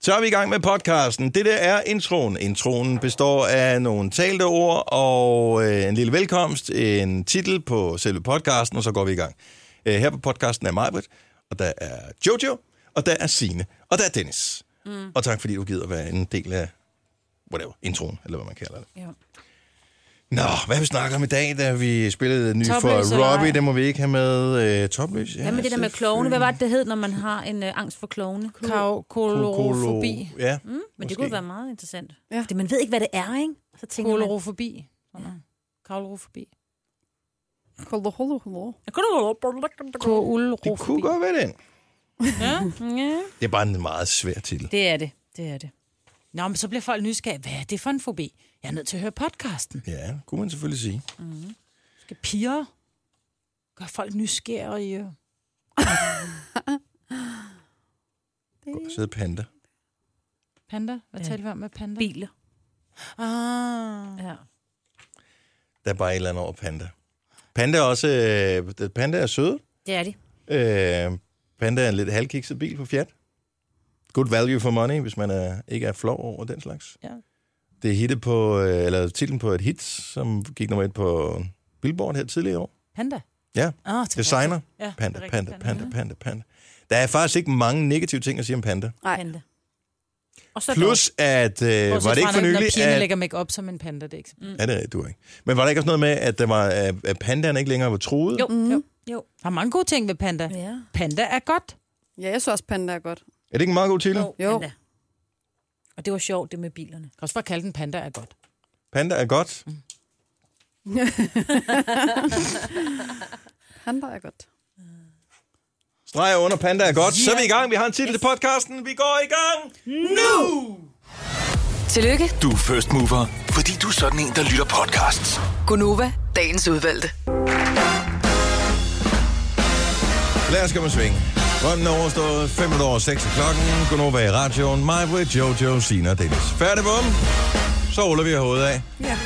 Så er vi i gang med podcasten. Det der er introen. Introen består af nogle talte ord og øh, en lille velkomst, en titel på selve podcasten, og så går vi i gang. Øh, her på podcasten er Majbrit, og der er Jojo, og der er Sine og der er Dennis. Mm. Og tak fordi du gider være en del af whatever, introen, eller hvad man kalder det. Jo. Nå, hvad har vi snakker om i dag, da vi spillede ny Topløs for eller Robbie, ej? det må vi ikke have med. Øh, topløs, ja. Ja, men det der med klovne, øh, hvad var det, det hed, når man har en øh, angst for klovne? Kau- kolorofobi. Ja, mm, Men det kunne være meget interessant. Ja. Ja. Fordi man ved ikke, hvad det er, ikke? Så tænker man... Kolorofobi. Kolorofobi. Kolorofobi. Det kunne godt være den. Ja. Ja. Det er bare en meget svær titel. Det er det. Det er det. Nå, men så bliver folk nysgerrige. Hvad er det for en fobi? Jeg er nødt til at høre podcasten. Ja, kunne man selvfølgelig sige. Skal piger gør folk nysgerrige? Så hedder Panda. Panda? Hvad Ja. ja. taler vi om med panda? Biler. Ah. Ja. Der er bare et eller andet over Panda. Panda er også... Øh, panda er søde. Det er det. Øh, panda er en lidt halvkikset bil på Fiat. Good value for money, hvis man er, ikke er flov over den slags. Ja. Det er hittet på, øh, eller titlen på et hit, som gik nummer et på Billboard her tidligere i år. Panda? Ja. Ah, det er Designer. rigtigt. Ja, Panda, det er panda, rigtigt, panda, Øh, panda, panda. Der er faktisk ikke mange negative ting at sige om panda. Nej. Nej. Panda. Og så Plus, at øh, Bortset var det ikke fra, for når- nylig, Når pigerne at... at... lægger make op som en panda, det er ikke... Ja, det er du ikke. Men var der ikke også noget med, at, der var, at at pandaen ikke længere var truet? Jo, Mhm. jo, jo. Der er mange gode ting ved panda. Ja. Panda er godt. Ja, jeg synes også, panda er godt. Er det ikke en meget god titel? Jo, Jo. Panda. Og det var sjovt, det med bilerne. Også for at kalde den panda er godt. Panda er godt. Panda er godt. Streg under panda er godt. Så er vi i gang. Vi har en titel til podcasten. Vi går i gang nu! Tillykke, Du er first mover, fordi du er sådan en, der lytter podcasts. Gunova, dagens udvalgte. Lad os komme og svinge. Drømmen er overstået. 5 minutter over 6 klokken. Gunova i radioen. Mig, Britt, Jojo, Sina og Dennis. Færdig bum. Så ruller vi hovedet af. Ja.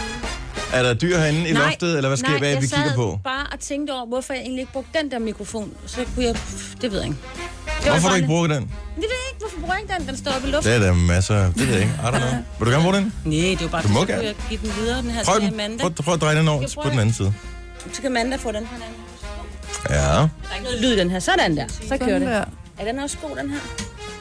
Er der dyr herinde i loftet, eller hvad sker nej, der, at vi kigger på? Jeg sad bare og tænkte over, hvorfor jeg egentlig ikke brugte den der mikrofon. Så kunne jeg... pff, Det ved jeg ikke. Det Hvorfor var har du bare ikke lidt- bruger den? Det ved jeg ikke. Hvorfor bruger jeg ikke den? Den står oppe i luften. Det er der masser af. Det ved jeg ikke. I don't know. Vil du gerne bruge den? Nej, det var bare, Du må så gerne. kunne jeg give den videre, den her Prøv til den. Amanda. Prøv, prøv at dreje den over Jeg på den anden side. Så kan Amanda få den her. Den. anden. Ja. Der er ikke noget lyd i den her. Sådan der. Så kører det. Er den også god, den her?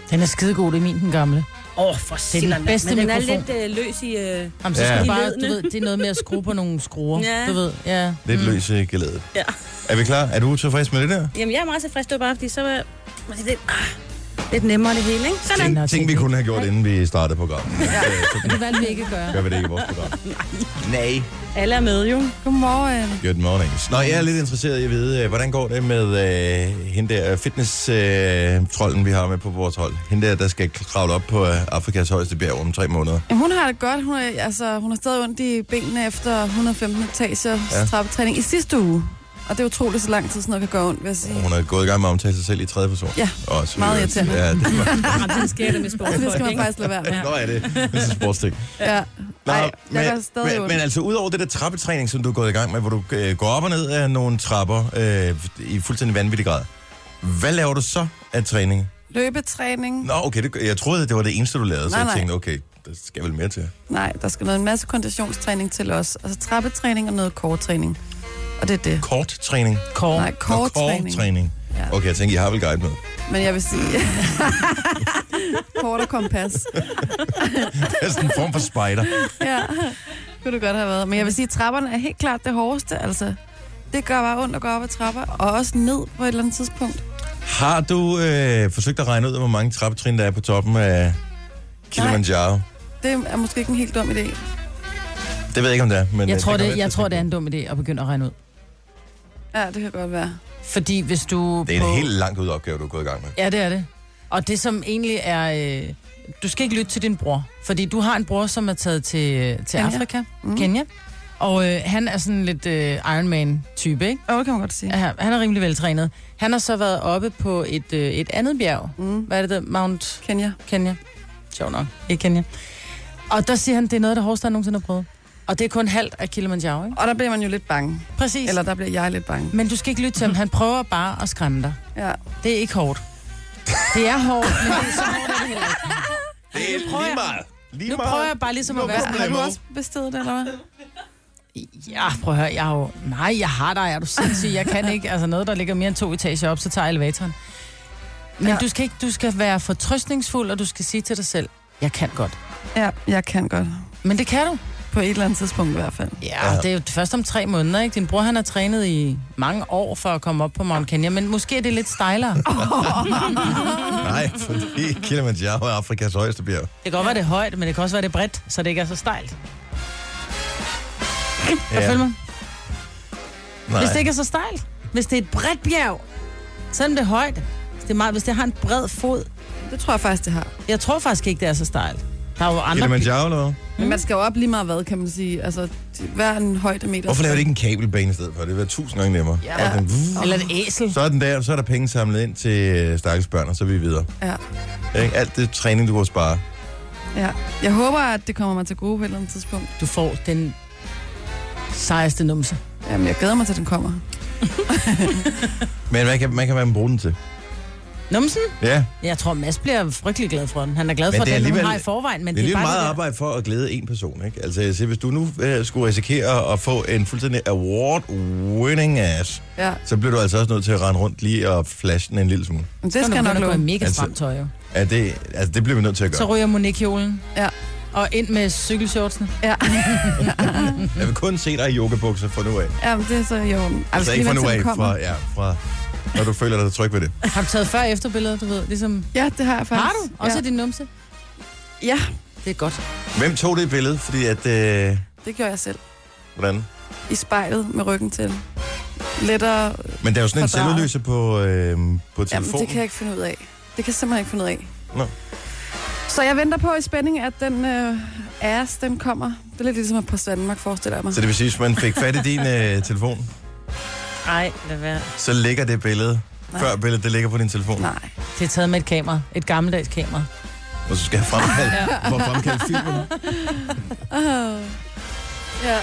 Den er skidegod, det er min, den gamle. Åh, oh, for den sikkert. bedste Men den er mikrofon. lidt øh, løs i... Øh... Jamen, så Ja. ja. skal du I bare, ledene. du ved, det er noget med at skrue på nogle skruer, Ja. ja. du ved. Ja. Lidt mm. løs i gelædet. Ja. Er vi klar? Er du utilfreds med det der? Jamen, jeg er meget tilfreds. Det var bare, fordi så var... var det lidt, ah, lidt nemmere det hele, ikke? Sådan. Nå, Ting, vi kunne have gjort, inden vi startede programmet. Ja. Så Det valgte vi ikke at gøre. gør vi det ikke i vores program. Nej. Alle er med, jo. Godmorgen. Good mornings. Nå, jeg er lidt interesseret i at vide, øh, hvordan går det med øh, hende der fitness-trollen, vi har med på vores hold? Hende der, der skal kravle op på øh, Afrikas højeste bjerg om tre måneder. Jamen, hun har det godt. Hun, er, altså, hun har stadig ondt i benene efter 115 etager Ja. ja. trappetræning i sidste uge. Og det er utroligt, så lang tid sådan noget kan gøre ondt, vil jeg sige. Hun er gået i gang med at omtale sig selv i tredje person. Ja, Også, meget irriterende. Ja, det var, Jamen, sker det med Det sportsfolk, skal man ikke? faktisk lade være med. nå er det. Det er så sportsting. Ja. Nå, Nej, jeg gør men, stadig men, ondt. men altså, udover det der trappetræning, som du er gået i gang med, hvor du øh, går op og ned af nogle trapper øh, i fuldstændig vanvittig grad, hvad laver du så af træning? Løbetræning. Nå, okay, det, jeg troede, det var det eneste, du lavede, så Nej, jeg nej. tænkte, okay, der skal vel mere til. Nej, der skal noget en masse konditionstræning til os. Og så trappetræning og noget core-træning. Og det er det. Kort træning. Kår. Nej, core-træning. træning. Ja. Okay, jeg tænker, jeg har vel guide med. Men jeg vil sige... Kort og kompas. Det er sådan en form for spider. Ja, kunne det godt have været. Men jeg vil sige, at trapperne er helt klart det hårdeste, altså. Det gør bare ondt at gå op ad trapper, og også ned på et eller andet tidspunkt. Har du øh, forsøgt at regne ud, hvor mange trappetrin der er på toppen af Kilimanjaro? Nej. Det er måske ikke en helt dum idé. Det ved jeg ikke, om det er. Men Jeg øh, tror, kommer det, til jeg at tror, tænke det er på. en dum idé at begynde at regne ud. Ja, det kan godt være. Fordi hvis du... Det er på- en helt langt ud opgave, du er gået i gang med. Ja, det er det. Og det som egentlig er... Øh, du skal ikke lytte til din bror, fordi du har en bror, som er taget til, til Kenya. Afrika, mm. Kenya. Og øh, han er sådan lidt øh, Iron Man-type, ikke? Åh, det kan man godt sige. Ja, Han er rimelig veltrænet. Han har så været oppe på et, øh, et andet bjerg. Mm. Hvad er det, der? Mount... Kenya. Kenya. Sjov nok. Ikke Kenya. Og der siger han, det er noget af det hårdeste, han nogensinde har prøvet. Og det er kun halvt af Kilimanjaro, ikke? Og der bliver man jo lidt bange. Præcis. Eller... Eller der bliver jeg lidt bange. Men du skal ikke lytte til ham. Han prøver bare at skræmme dig. Ja. Det er ikke hårdt. Det er hårdt, men det er så hårdt, at det heller ikke. Lige Nu meget. prøver jeg bare ligesom at være- problem. Har du også bestedet det, eller hvad? Ja, prøv at høre, jeg har jo... Nej, jeg har dig, er du sindssyg? Jeg kan ikke, altså noget, der ligger mere end to etager op, så tager jeg elevatoren. Men ja. du skal ikke, du skal være fortrøstningsfuld, og du skal sige til dig selv, jeg kan godt. Ja, jeg kan godt. Men det kan du. På et eller andet tidspunkt i hvert fald. Ja, ja. det er jo først om tre måneder, ikke? Din bror, han har trænet i mange år for at komme op på Mount Kenya, men måske er det lidt stejlere. Det Nej, fordi Kilimanjaro er Afrikas højeste bjerg. kan godt være, det er højt, men det kan også være, det er bredt, så det ikke er så stejlt. Kan du Ja, følge mig? nej. Hvis det ikke er så stejlt. Hvis det er et bredt bjerg, selvom det er højt, hvis det, er meget, hvis det har en bred fod, Det tror jeg faktisk, det har. Jeg tror faktisk ikke, det er så stejlt. Der er jo andre... Kilimanjaro, eller hvad? Men man skal jo op lige meget hvad, kan man sige. Altså, de- hver en højdemeter. Hvorfor laver de ikke en kabelbane i stedet for? Det vil være tusind gange nemmere. Ja. Og den, vuh, Eller et æsel. så er den der, så er der penge samlet ind til øh, stakkels børn, og så er vi videre. Ja, Ikke? Alt det træning, du kunne spare. ja. Jeg håber, at det kommer mig til gode på et eller andet tidspunkt. Du får den sejeste numse. Jamen, jeg glæder mig til, at den kommer. Men hvad kan, man kan man bruge den til? Numsen? Ja, Jeg tror, Mads bliver frygtelig glad for den. Han er glad Men for det er den, hun alligevel- har i forvejen, men det er lige bare meget det der- arbejde for at glæde en person, ikke? Altså, jeg siger, hvis du nu øh, skulle risikere at få en fuldstændig award-winning ass, Ja, så bliver du altså også nødt til at rende rundt lige og flashe den en lille smule. men Så det skal jeg når nok hun går i love. mega Altså- stramt tøj, jo. Ja, det, altså, det bliver vi nødt til at Så gøre. ryger Monique-kjolen. Ja. Og ind med cykelshortsene. Ja, Jeg vil kun se dig i yogabukser fra nu af. jamen, det er så jo... Altså, ikke fra nu af, fra, fra... ja, fra, når du føler dig tryg ved det. Har du taget før- og efterbilleder, du ved? Ligesom... Ja, det har jeg faktisk. Har du? Også ja. ja. din numse? ja, Det er godt. Hvem tog det billede? Fordi at, øh, det gjorde jeg selv. hvordan? I spejlet med ryggen til. Lettere... Men der er jo sådan en Fordrejet. cellulyse på, øh, på Jamen, telefonen. det kan jeg ikke finde ud af. Det kan jeg simpelthen ikke finde ud af. Nå. Så jeg venter på i spænding, at den øh, ass, den kommer. Det er lidt ligesom at Post Danmark, forestiller jeg mig. Så det vil sige, hvis man fik fat i din øh, telefon, Nej, lad være. så ligger det billede, Nej. før billedet, det ligger på din telefon. Nej. Det er taget med et kamera. Et gammeldags kamera. Og så skal jeg fremkalde, for at fremkalde filmen. Ja.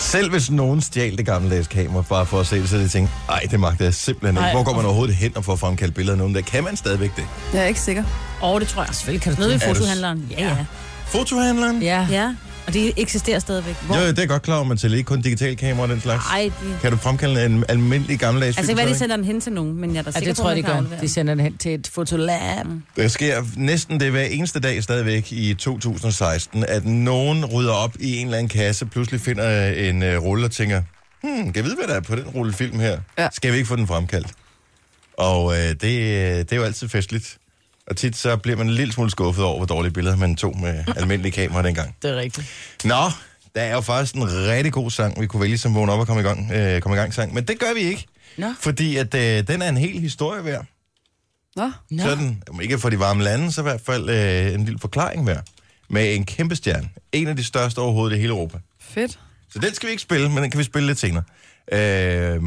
Selv hvis nogen stjal det gammeldags kamera, bare for at se det, så de tænkte, ej, det magter jeg simpelthen ikke. Ej. Hvor går man overhovedet hen og får fremkaldt billeder af nogen? Der kan man stadigvæk det. Jeg er ikke sikker. Åh, oh, det tror jeg. Selvfølgelig kan du Nede ved Er du- fotohandleren. Ja, ja. Fotohandleren? Ja. ja. Ja, og det eksisterer stadigvæk. Hvor? Jo, jo, det er jeg godt klar over, men til ikke kun digital kamera og den slags. Ej, de... Kan du fremkalde en almindelig gammeldags Altså, film, hvad de så, ikke? sender den hen til nogen, men jeg er da Ja, sikker det på, tror jeg, at de man kan gør. aflevere De den. sender den hen til et fotolab. Der sker næsten det hver eneste dag stadigvæk i 2016, at nogen rydder op i en eller anden kasse, pludselig finder en øh, rulle og tænker, hmm, kan jeg vide, hvad der er på den rullefilm her? Ja. Skal vi ikke få den fremkaldt? Og øh, det, øh, det er jo altid festligt. Og tit så bliver man en lille smule skuffet over, hvor dårlige billeder man tog med almindelige kameraer dengang. Det er rigtigt. Nå, der er jo faktisk en rigtig god sang, vi kunne vælge som vågen op og komme i gang, øh, komme i gang sang. Men det gør vi ikke, Nå. fordi at, øh, den er en hel historie værd. Nå, Nå. Sådan, om ikke for de varme lande, så i hvert fald øh, en lille forklaring værd. Med en kæmpe stjerne. En af de største overhovedet i hele Europa. fedt. Så den skal vi ikke spille, men den kan vi spille lidt senere. Øh,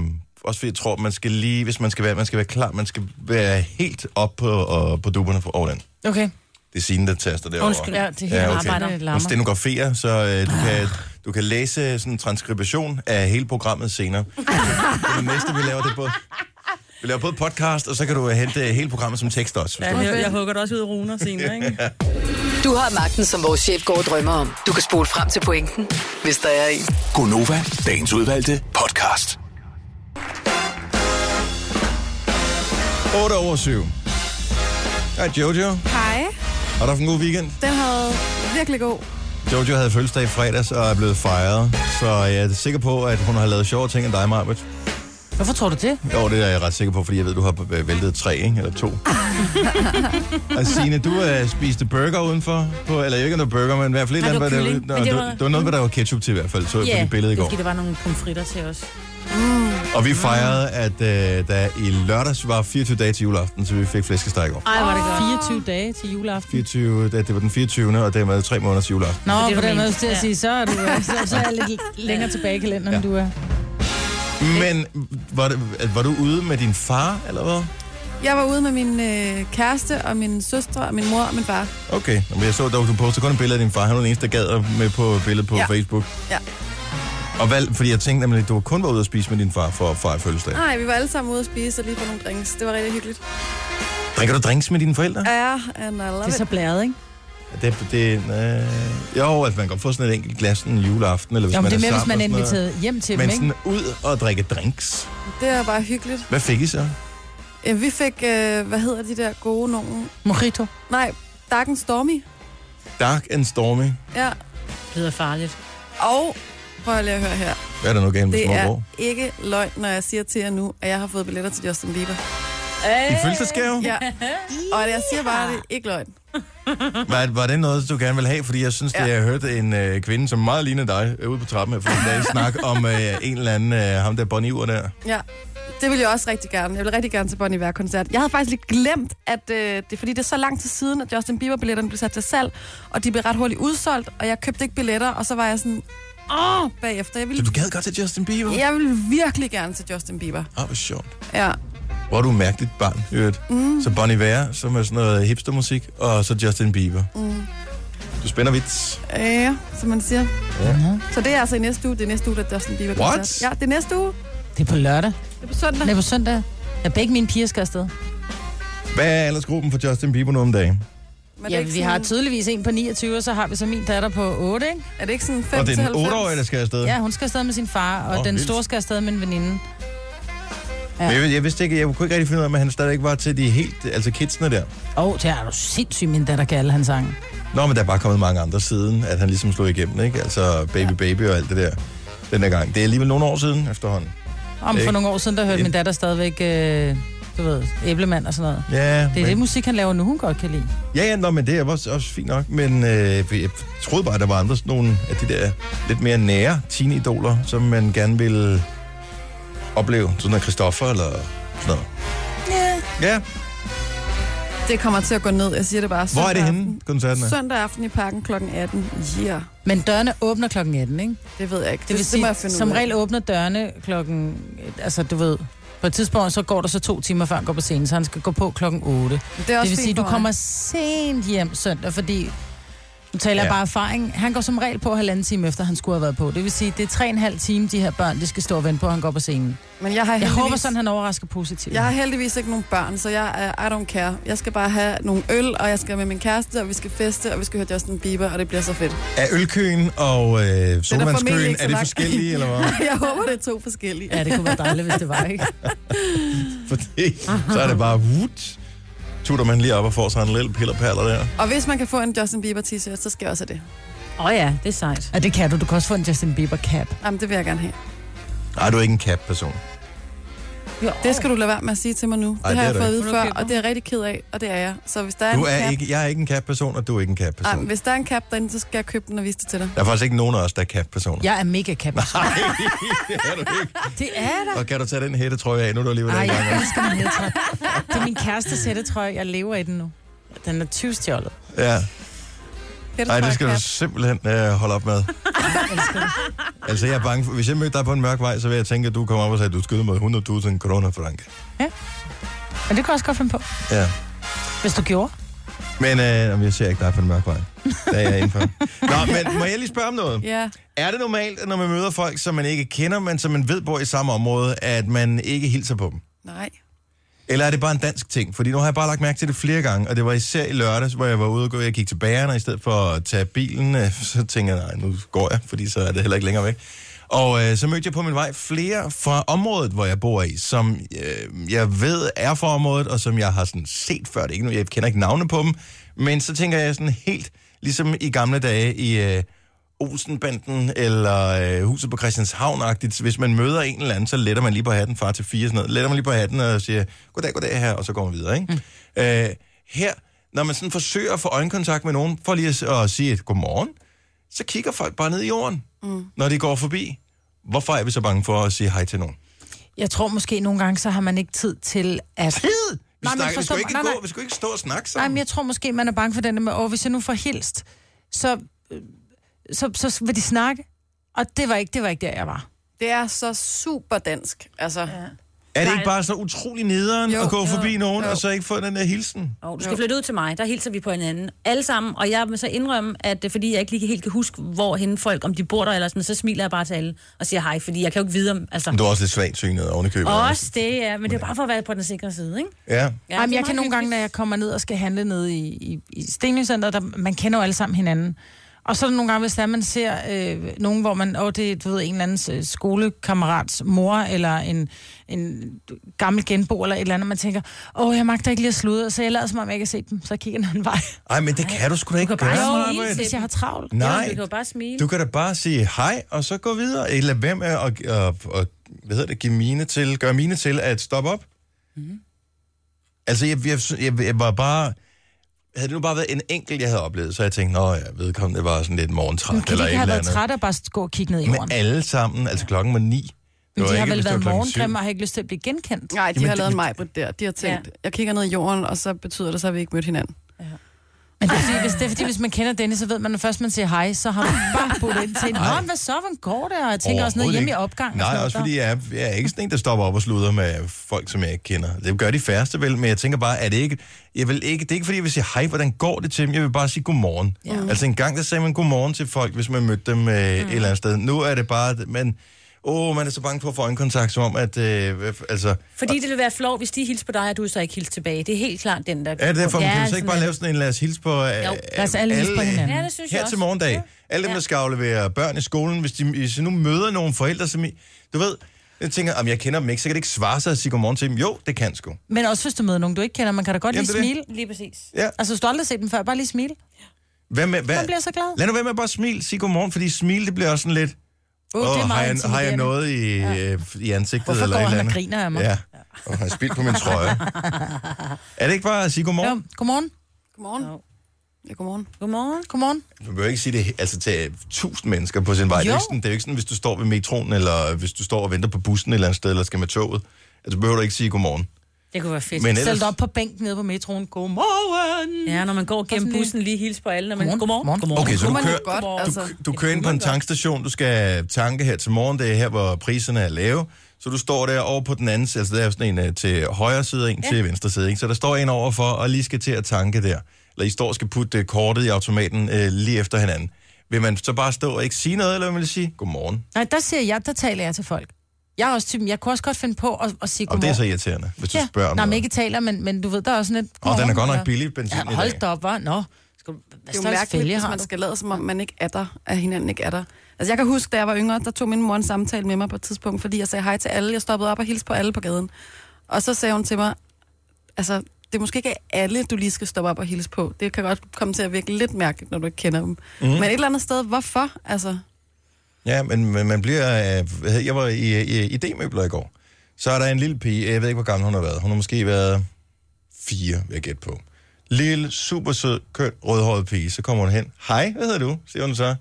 også fordi jeg tror, man skal lige, hvis man skal være, man skal være klar, man skal være helt op på, og, på duberne for over den. Okay. Det er Signe, der taster derovre. Undskyld. Ja, det hele arbejder. Ah. Det larmer. Hun stenograferer, så øh, du, kan, du kan læse sådan en transkribation af hele programmet senere. Det er det næste, vi laver det på. Vi laver både podcast, og så kan du øh, hente hele programmet som tekst også. Hvis du jeg, jeg hugger det også ud af runer senere, ikke? Du har magten, som vores chef går og drømmer om. Du kan spole frem til pointen, hvis der er en. Gonova, dagens udvalgte podcast. 8 over 7. Hej Jojo. Hej. Har du haft en god weekend? Den har været virkelig god. Jojo havde fødselsdag i fredags og er blevet fejret. Så jeg er sikker på, at hun har lavet sjovere ting end dig, Marbet. Hvorfor tror du det? Jo, det er jeg ret sikker på, fordi jeg ved, du har øh, væltet tre, ikke? Eller to. og Signe, du øh, spiste burger udenfor. På, eller ikke noget burger, men i hvert fald et Nej, eller andet. det var hvad kylling, der, men det, det var, var- det var noget, hvad der var ketchup til i hvert fald, så jeg på Ja, dit billede i det er går. fordi, der var nogle pomfritter til os. Og vi fejrede, at øh, der i lørdags var 24 dage til juleaften, så vi fik flæskesteg i går. Ej, var det godt. 24 dage til juleaften. 24, det, det var den 24. og det var tre måneder til juleaften. Nå, det, det, du på den måde mente. til at Ja. sige, så er, du, så, så er jeg lidt længere tilbage i kalenderen, ja. du er. Men var, det, var du ude med din far, eller hvad? Jeg var ude med min øh, kæreste og min søstre og min mor og min far. Okay, Nå, men jeg så, at du postede kun et billede af din far. Han var den eneste, der gad at med på billedet på ja. Ja. Facebook. Ja. Og hvad, fordi jeg tænkte nemlig, at du kun var ude at spise med din far for at fejre fødselsdag. Ah. Nej, vi var alle sammen ude at spise og lige få nogle drinks. Det var rigtig hyggeligt. Drikker du drinks med dine forældre? Ja, and I love Det er så it. blæret, ikke? Det, det, øh, jo, altså man kan godt få sådan et enkelt glas en juleaften, eller hvis Jo, men man det er er mere, sammen hvis man er og sådan noget. inviteret hjem til dem, Men ikke? sådan ud og drikke drinks. Det er bare hyggeligt. Hvad fik I så? Øh, Vi fik, øh, hvad hedder de der gode nogen? Mojito. Nej, Dark and Stormy. Dark and Stormy. Ja. Det lyder farligt. Og prøv at lige at høre her. Hvad er der nu galt med Det små er år? ikke løgn, når jeg siger til jer nu, at jeg har fået billetter til Justin Bieber. I fødselsdagsgave? Ja. Og jeg siger bare, at det er ikke løgn. Var, var det noget, du gerne ville have? Fordi jeg synes, ja. det, jeg hørte en øh, kvinde, som meget ligner dig, øh, ude på trappen her for en dag, snakke om øh, en eller anden, øh, ham der Bonnie Iver der. Ja. Det vil jeg også rigtig gerne. Jeg vil rigtig gerne til Bon Iver-koncert. Jeg havde faktisk lidt glemt, at øh, det er fordi, det er så lang tid siden, at Justin Bieber-billetterne blev sat til salg, og de blev ret hurtigt udsolgt, og jeg købte ikke billetter, og så var jeg sådan, åh, bagefter. Jeg Så ville, du gad godt til Justin Bieber? Ja. jeg ville virkelig gerne til Justin Bieber. Åh, hvor sjovt. Ja. Hvor er du et mærkeligt barn, hørt. Mm. Så Bonnie Iver, som er sådan noget hipstermusik, og så Justin Bieber. Mm. Du spænder vits. Øh, Ja, som man siger. Ja. Så det er altså i næste uge. Det er næste uge, der er Justin Bieber. What? koncert. Ja, det er næste uge. Det er på lørdag. Det er på søndag. Det er på søndag. Ja, begge mine piger skal afsted. Hvad er aldersgruppen for Justin Bieber nu om dagen? Men det er Ja, ikke vi har sådan- tydeligvis en på 29, og så har vi så min datter på 8, ikke? Er det ikke sådan 5 Og det er den 90? 8-årige, der skal afsted. Ja, hun skal afsted med sin far, og Åh, oh, den vildt. store skal afsted med en veninde. Men jeg, jeg, vidste ikke, jeg kunne ikke rigtig finde ud af, om han stadigvæk var til de helt, altså kidsene der. Åh, oh, det er du sindssygt, min datter kan alle hans sange. Nå, men der er bare kommet mange andre siden, at han ligesom slog igennem, ikke? Altså Baby Baby og alt det der, den der gang. Det er alligevel nogle år siden efterhånden. Om for Ikke? nogle år siden, der hørte En- min datter stadigvæk, øh, du ved, æblemand og sådan noget. Ja, Det er men, det musik, han laver nu, hun godt kan lide. ja, ja, nå, men det er også, også fint nok. Men øh, jeg troede bare, at der var andre sådan nogle af de der lidt mere nære teenidioter, som man gerne ville opleve. Sådan noget Christoffer eller sådan noget. Ja. Ja, Det kommer til at gå ned. Jeg siger det bare. hvor er det Søndag henne, koncerten aften. er? Søndag aften i parken kl. 18. Ja, yeah. Men dørene åbner klokken 18, ikke? det ved jeg ikke. Det vil må sige, jeg finde som ud af. regel åbner dørene klokken... Altså, du ved, på et tidspunkt, så går der så to timer, før han går på scenen, så han skal gå på klokken 8. Det, er Det også vil sige, fint du for kommer mig. sent hjem søndag, fordi... Nu taler Ja. jeg bare erfaring. Han går som regel på halvanden time efter, han skulle have været på. Det vil sige, det er tre og en halv time, de her børn, de skal stå og vente på, at han går på scenen. Men jeg har Jeg heldigvis... håber sådan, han overrasker positivt. Jeg har heldigvis ikke nogen børn, så jeg er, I don't care. Jeg skal bare have nogle øl, og jeg skal med min kæreste, og vi skal feste, og vi skal høre Justin Bieber, og det bliver så fedt. Er ølkøen og øh, formentlig solvandskøen, ikke så er det lang. forskellige, eller hvad? Jeg håber, det er to forskellige. Ja, det kunne være dejligt, hvis det var, ikke? Fordi så er det bare, woot, tutter man lige op og får sig en lille pillerpaller der. Og hvis man kan få en Justin Bieber t-shirt, så skal jeg også have det. Åh oh, ja, det er sejt. Ja, det kan du. Du kan også få en Justin Bieber-cap. Jamen, det vil jeg gerne have. Nej, du er ikke en cap-person. Det skal du lade være med at sige til mig nu. Ej, det har det er du jeg fået at ikke. vide før, og det er jeg rigtig ked af, og det er jeg. Så hvis der er Du en er cap, ikke, jeg er ikke en cap-person, og du er ikke en Ej, cap-person. men hvis der er en cap derinde, så skal jeg købe den og vise det til dig. Der er faktisk ikke nogen af os, der er cap-personer. Jeg er mega cap. Nej, det er du ikke. Det er der. Og kan du tage den hætte, tror jeg, af? Nu er du alligevel Ej, ikke jeg gang. elsker min hættetrøje. Det er min kæreste sættetrøje. Jeg lever i den nu. Den er 20 stjålet. Ja. Kan Ej, få det en skal du cap? simpelthen øh, holde op med. Altså, jeg er bange for, hvis jeg mødte dig på en mørk vej, så vil jeg tænke, at du kommer op og siger, at du skyder mod 100.000 kroner, Frank. Men det kan jeg også godt finde på. Ja. Hvis du gjorde. Men øh, jamen, jeg ser ikke dig på en mørk vej. Der er jeg indenfor. Nå, men må jeg lige spørge om noget? Ja. Er det normalt, at når man møder folk, som man ikke kender, men som man ved bor i samme område, at man ikke hilser på dem? Nej. Eller er det bare en dansk ting? Fordi nu har jeg bare lagt mærke til det flere gange, og det var især i lørdags, hvor jeg var ude og gå, jeg gik til bageren, og i stedet for at tage bilen, øh, så tænker jeg, nej, nu går jeg, fordi så er det heller ikke længere væk. Og øh, så mødte jeg på min vej flere fra området, hvor jeg bor i, som øh, jeg ved er fra området, og som jeg har sådan set før. Det er ikke, nu- jeg kender ikke navne på dem, men så tænker jeg sådan helt, ligesom i gamle dage i øh, Olsenbanden eller øh, huset på Christianshavn-agtigt. Hvis man møder en eller anden, så letter man lige på hatten, far til fire sådan noget. Letter man lige på hatten og siger, goddag, goddag her, og så går man videre. Ikke? Mm. Øh, her, når man sådan forsøger at få øjenkontakt med nogen, for lige at, s- at sige et godmorgen, så kigger folk bare ned i jorden, mm. når de går forbi. Hvorfor er vi så bange for at sige hej til nogen? Jeg tror måske nogle gange, så har man ikke tid til at... Tid! Vi, Nej, men snakker, vi, forstår skulle mig. ikke Nej, gå, nej. vi skulle ikke stå og snakke Nej, sammen. men jeg tror måske, man er bange for den der med, åh, hvis jeg nu får hilst, så, øh, så, så vil de snakke. Og det var ikke, det var ikke der, jeg var. Det er så super dansk, altså. Ja. Er det Nej. ikke bare så utrolig nederen Jo, at gå jo, forbi nogen, jo. og så ikke få den der hilsen? Og du skal flytte ud til mig, der hilser vi på hinanden. Alle sammen, og jeg må så indrømme, at øh, fordi jeg ikke lige helt kan huske, hvor hende folk, om de bor der eller sådan, så smiler jeg bare til alle og siger hej, fordi jeg kan jo ikke vide om... Altså, Men Du er også lidt svagt synet oven i købet. også det, ja, men det er bare for at være på den sikre side, ikke? Ja. Ja, Jamen, det er jeg kan meget nogle gange, når hyggeligt. jeg kommer ned og skal handle nede i, i, i Stenløscenteret, der, man kender jo alle sammen hinanden. Og så er der nogle gange, hvis der, man ser øh, nogen, hvor man, åh, det er du ved, en eller andens øh, skolekammerats mor, eller en, en gammel genbo, eller et eller andet, man tænker, åh, jeg magter ikke lige at sludre, så jeg lader som om, jeg ikke har set dem, så kigger jeg en anden vej. Ej, men det kan du sgu da ikke kan bare gøre, smile Maja. til Hvis jeg har travlt. Jo, Nej, du kan jo bare smile. du kan da bare sige hej, og så gå videre. Eller lad være med at, at, at hvad hedder det, give mine til, gøre mine til at stoppe op. Mm. Mhm. Altså, jeg, jeg, jeg, jeg var bare... Havde det nu bare været en enkelt, jeg havde oplevet, så havde jeg tænkte, nå ja, vedkommende var sådan lidt morgentræt Men eller kan de et ikke eller have været andet. trætte og bare gå og kigge ned i Men jorden? alle sammen, altså klokken var ni. Det Men var de har ikke, vel hvis det var været klokken syv. morgengrimme og har ikke lyst til at blive genkendt. Nej, de Jamen, har det- lavet en majbrit der. De har tænkt, jeg kigger ned i jorden, og så betyder det så, at vi ikke mødte hinanden. Men det er, fordi, hvis, det er fordi, hvis man kender Dennis, så ved man, når først man siger hej, så har man bare budt ind til en. Nå, men hvad så, hvordan går det? Og jeg tænker også noget Overhovedet hjemme i ikke. opgang. og Nej, sådan noget også der. fordi jeg er, jeg er ikke sådan en, der stopper op og sluder med folk, som jeg ikke kender. Det gør de færreste vel, men jeg tænker bare, er det ikke... Jeg vil ikke det er ikke, fordi jeg vil sige, hej, hvordan går det til dem? Jeg vil bare sige godmorgen. Ja. Altså en gang, der sagde man godmorgen til folk, hvis man mødte dem øh, et eller andet sted. Nu er det bare... Man, åh, man er så bange for at få øjenkontakt, som om, at... Øh, hvad f- altså, Fordi det vil være flov, hvis de hilser på dig, og du så ikke hilser tilbage. Det er helt klart den, der... er det derfor, man kan man så ikke bare sådan lave sådan en, lad os hilse på... Øh, jo, lad os alle hilse på hinanden. Ja, det synes jeg Her også. til morgendag. Ja. Alle dem, der skal aflevere børn i skolen, hvis de, hvis de nu møder nogle forældre, som I, du ved, jeg tænker, om jeg kender dem ikke, så kan det ikke svare sig at sige godmorgen til dem. Jo, det kan sgu. Men også hvis du møder nogen, du ikke kender, man kan da godt Jamen, lige det er det. smile. lidt. Lige præcis. Ja. Altså, hvis du aldrig har set dem før, bare lige smile. Hvad med, hvad? Man bliver så glad. Lad nu være med at bare smile, sige godmorgen, fordi smil, det bliver også sådan lidt, Åh, åh, det er oh, har, meget jeg, har jeg intimiderende. noget i, ja. i ansigtet Hvorfor eller går et han eller og andet? griner af mig? Ja, og har spildt på min trøje. er det ikke bare at sige godmorgen? Jo, godmorgen. Godmorgen. Jo. Ja, godmorgen. Godmorgen. Godmorgen. Man behøver ikke sige det altså, til tusind mennesker på sin vej. Det er, Jo. jo ikke sådan, det er jo ikke sådan, hvis du står ved metroen, eller hvis du står og venter på bussen et eller andet sted, eller skal med toget. Altså behøver du ikke sige godmorgen. Det kunne være fedt. Men Sæt ellers, dig op på bænken nede på metroen. Godmorgen. Ja, når man går gennem Sådan bussen, lige hilse på alle, når man... Godmorgen. Godmorgen. Godmorgen. okay, så Kunne du man jo kører, godt, du, altså. du kører ind på en tankstation, du skal tanke her til morgen, det er her, hvor priserne er lave. Så du står der over på den anden side, altså der er sådan en øh, til højre side, og en ja. til venstre side. Ikke? Så der står en over for, og lige skal til at tanke der. Eller I står og skal putte øh, kortet i automaten øh, lige efter hinanden. Vil man så bare stå og ikke sige noget, eller vil man sige godmorgen? Nej, der siger jeg, der taler jeg til folk. Jeg er også typen, jeg kunne også godt finde på at, at sige Og det er godmorgen. så irriterende, hvis du ja. spørger om Nej, men noget. ikke taler, men, men du ved, der er også sådan lidt... Åh, oh, den er godmorgen, godt nok eller- billig benzin Ja, i hold dag. da op, hva? Nå. Skal, du- hvad Det er står jo der mærkeligt, fælge hvis har man du? skal lade, som om man ikke er der, at hinanden ikke er der. Altså, jeg kan huske, da jeg var yngre, der tog min mor en samtale med mig på et tidspunkt, fordi jeg sagde hej til alle. Jeg stoppede op og hilste på alle på gaden. Og så sagde hun til mig, altså, det er måske ikke alle, du lige skal stoppe op og hilse på. Det kan godt komme til at virke lidt mærkeligt, når du ikke kender dem. Mm. Men et eller andet sted, hvorfor? Altså, Ja, men, men man bliver... Øh, jeg var i, i, i D-møbler i går. Så er der en lille pige, jeg ved ikke, hvor gammel hun har været. Hun har måske været fire, vil jeg gætte på. Lille, super sød, køn, rødhåret pige. Så kommer hun hen. Hej, hvad hedder du? siger hun så.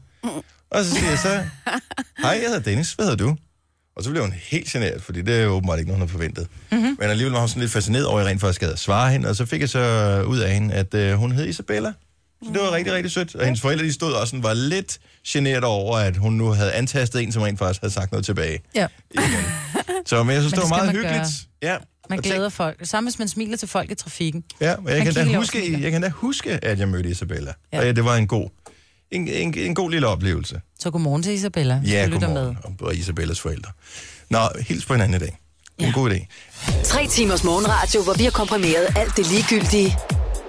Og så siger jeg så, hej, jeg hedder Dennis, hvad hedder du? Og så blev hun helt generet, fordi det er jo åbenbart ikke noget, hun havde forventet. Mhm. Mm-hmm. Men alligevel var hun sådan lidt fascineret over, at jeg rent faktisk havde svaret hende, og så fik jeg så ud af hende, at øh, hun hed Isabella. Så det Mhm. var rigtig, rigtig sødt. Og hendes forældre, de stod også sådan, var lidt generet over, at hun nu havde antastet en, som rent faktisk havde sagt noget tilbage. Ja, Så men jeg synes, Men det var det skal meget man hyggeligt. Ja. man Og tænk- glæder folk. Samme hvis man smiler til folk i trafikken. Ja, og jeg kan, kigger da lidt huske, opsmilet. jeg kan da huske, at jeg mødte Isabella. Ja. Ja. Og ja, det var en god, en, en, en god lille oplevelse. Så godmorgen til Isabella. hvis Ja, du lytter godmorgen. Og, og Isabellas forældre. Nå, hils på hinanden i dag. Det er en god idé. Tre timers morgenradio, hvor vi har komprimeret alt det ligegyldige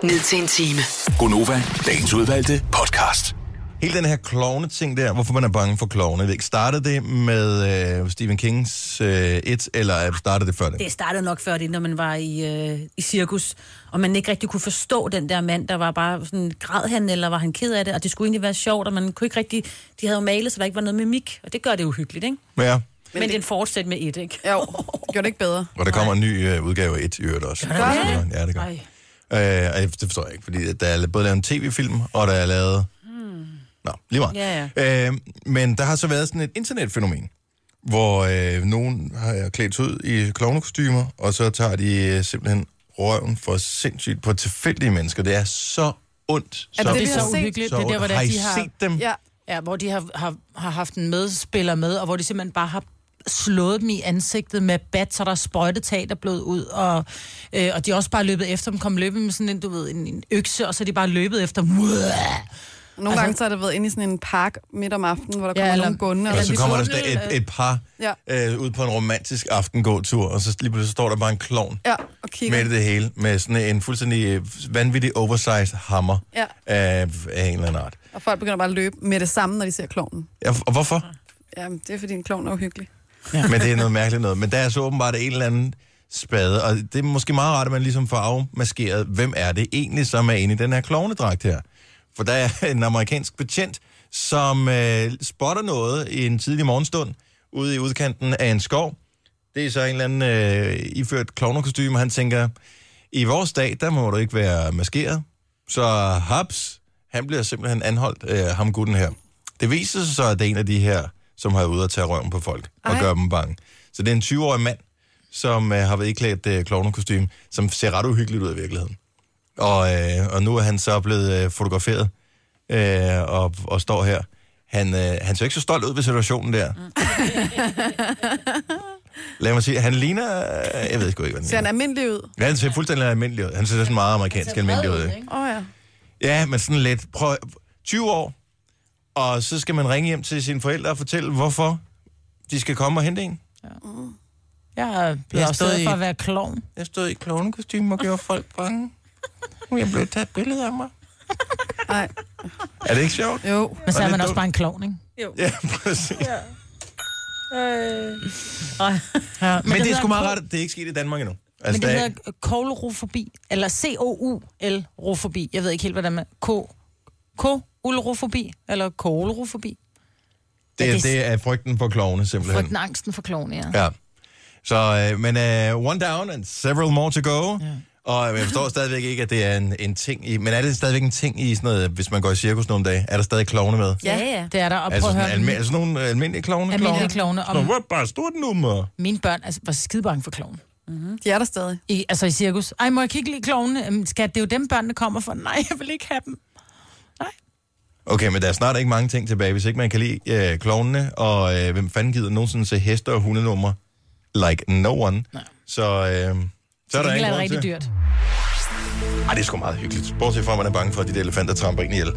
ned til en time. Gonova, dagens udvalgte podcast. Hele den her klovne-ting der, hvorfor man er bange for klovne. Ikke? Startede det med øh, Stephen Kings øh, It, eller startede det før det? Det startede nok før det, når man var i, øh, i cirkus, og man ikke rigtig kunne forstå den der mand, der var bare sådan, græd han, eller var han ked af det, og det skulle egentlig være sjovt, og man kunne ikke rigtig, de havde jo malet, så der ikke var noget mimik, og det gør det uhyggeligt, ikke? Ja, Men, Men det... den fortsætter med et, ikke? jo, det gjorde det ikke bedre. og der kommer en ny øh, udgave af It, i øvrigt også. Gør det? Ja, det gør. Øh, og jeg- det forstår jeg ikke, fordi der er både lavet en tv-film, og der er lavet... Hmm. Nå, lige meget. Ja, Øh, men der har så været sådan et internetfænomen, hvor øh, nogen har klædt sig ud i klovnekostymer, og så tager de øh, simpelthen røven for sindssygt på tilfældige mennesker. Det er så ondt. Er det Det ondt. er vi så har set. uhyggeligt. Så Det er der, ondt. hvor det er, har I de har... set dem? Ja, Ja, hvor de har, har, har haft en medspiller med, og hvor de simpelthen bare har slået dem i ansigtet med bat, så der er sprøjtetag, der blød ud, og, øh, og de er også bare løbet efter dem, kom løbende med sådan en, du ved, en, en økse, og så er de bare løbet efter dem. Nogle altså, gange så har det været inde i sådan en park midt om aftenen, hvor der Ja, kommer ja, eller- nogle gunde. Og Og så kommer der sådan et, et par Ja. øh, ud på en romantisk aftengåtur, og så lige pludselig står der bare en klovn Ja, og kigger. midt i det hele, med sådan en fuldstændig øh, vanvittig oversized hammer Ja. af, af en eller anden art. Og folk begynder bare at løbe med det samme, når de ser klovnen. Ja, og hvorfor? Jamen, det er fordi en klovn er uhyggelig. Men det er noget mærkeligt noget. Men der er så åbenbart en eller anden spade, og det er måske meget rart, at man ligesom får afmaskeret, hvem er det egentlig, som er inde i den her klovnedragt her. For der er en amerikansk betjent, som øh, spotter noget i en tidlig morgenstund ude i udkanten af en skov. Det er så en eller anden øh, iført klovnekostyme, og han tænker, i vores dag, der må du ikke være maskeret. Så haps, han bliver simpelthen anholdt, øh, ham gutten her. Det viser sig så, at det er en af de her, som har været ude at tage røven på folk og Ej. gøre dem bange. Så det er en 20-årig mand, som øh, har været iklædt øh, klovnekostyme, som ser ret uhyggeligt ud i virkeligheden. Og, øh, og nu er han så blevet øh, fotograferet øh, og, og står her. Han, øh, han ser ikke så stolt ud ved situationen der. Lad mig sige, han ligner... øh, Jeg ved sgu ikke, hvad den Ser han ligner. almindelig ud? Ja, han ser fuldstændig almindelig ud. Han ser sådan meget amerikansk almindelig ud. Ikke? Åh oh, ja. Ja, men sådan lidt. Prøv, 20 år, og så skal man ringe hjem til sine forældre og fortælle, hvorfor de skal komme og hente en. Jeg er blevet Jeg stod afstedet i- for at være klovn. Jeg stod i klovnekostyme og gjorde folk bange. Jeg blev taget et billede af mig. Nej. Er det ikke sjovt? Jo. Men så Og er det man er også dumt. bare en klovn, ikke? Ja, præcis. Ja, Ja, men det er sgu meget rart, at det er ikke sket i Danmark endnu. Altså, Men det der er ikke- hedder kolorofobi, eller C-O-U-L-rofobi. Jeg ved ikke helt, hvordan man... K... K-ulrofobi, eller kolorofobi. det, Ja, er, det er- det er frygten for klovne, For simpelthen. den angsten for klovne, ja. Ja. Så, øh, men øh, one down and several more to go. Ja. Og øh, jeg forstår stadigvæk ikke, at det er en, en ting i... Men er det stadigvæk en ting i sådan noget, øh, hvis man går i cirkus nogle dage? Er der stadig klovne med? Ja, ja. Det er der. Og prøv Altså at sådan, høre, alme, altså sådan nogle øh, almindelige klovne? almindelige klovne. Nå, Og hvor bare stort nummer. mine børn altså, var skide bange for klovne. De er der stadig. I, altså i cirkus. Ej, må jeg kigge lige klovne? Jamen, Skat, det er jo dem, børnene kommer for. Nej, jeg vil ikke have dem. Okay, men der er snart ikke mange ting tilbage, hvis ikke man kan lide øh, klovnene, og øh, hvem fanden gider nogensinde se heste og hundenummer? Like no one. Nej. Så, øh, så, så er der det ingen er grund rigtig til. dyrt. Ej, det er sgu meget hyggeligt. Bortset fra, at man er bange for, at de der elefanter tramper en ihjel.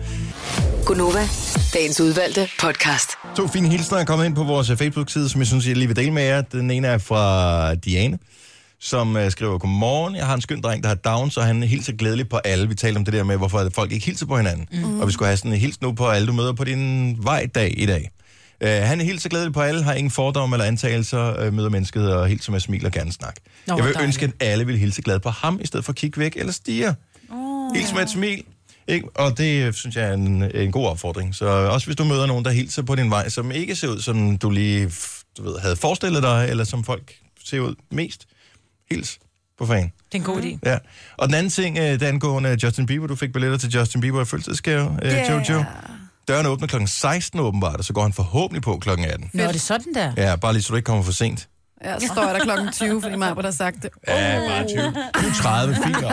Gunova, dagens udvalgte podcast. To fine hilsner er kommet ind på vores øh, Facebook-side, som jeg synes, jeg lige vil dele med jer. Den ene er fra Diane, som øh, skriver, Godmorgen, jeg har en skøn dreng, der har Downs, og han hilser glædeligt på alle. Vi talte om det der med, hvorfor at folk ikke hilser på hinanden. Mm. Og vi skulle have sådan en hils nu på alle, du møder på din vej dag i dag. Uh, han hilser glædeligt på alle, har ingen fordomme eller antagelser, uh, møder mennesket og hilser med smil og gerne snak. Nå, jeg vil hvor dejligt. ønske, at alle ville hilse glad på ham, i stedet for at kigge væk eller stige. Hils med et smil. Ikke? Og det øh, synes jeg er en, en god opfordring. Så øh, også hvis du møder nogen, der hilser på din vej, som ikke ser ud, som du lige f- du ved, havde forestillet dig, eller som folk ser ud mest, hils på fan. Det er en god idé. Ja. Og den anden ting, øh, det angående Justin Bieber, du fik billetter til Justin Bieber i fødselsdagsgave, øh, yeah. Jojo. Døren åbner kl. 16 åbenbart, og så går han forhåbentlig på kl. 18. Nå, er det sådan der? Ja, bare lige så du ikke kommer for sent. Ja, så står jeg der klokken 20, fordi Marbert har sagt det. Ja, bare 20. 30, fint nok.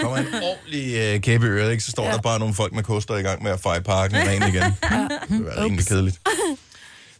Kommer en ordentlig øh, kæppe i øret, ikke? så står ja. der bare nogle folk med koster i gang med at feje parken ren igen. Det var rimelig kedeligt.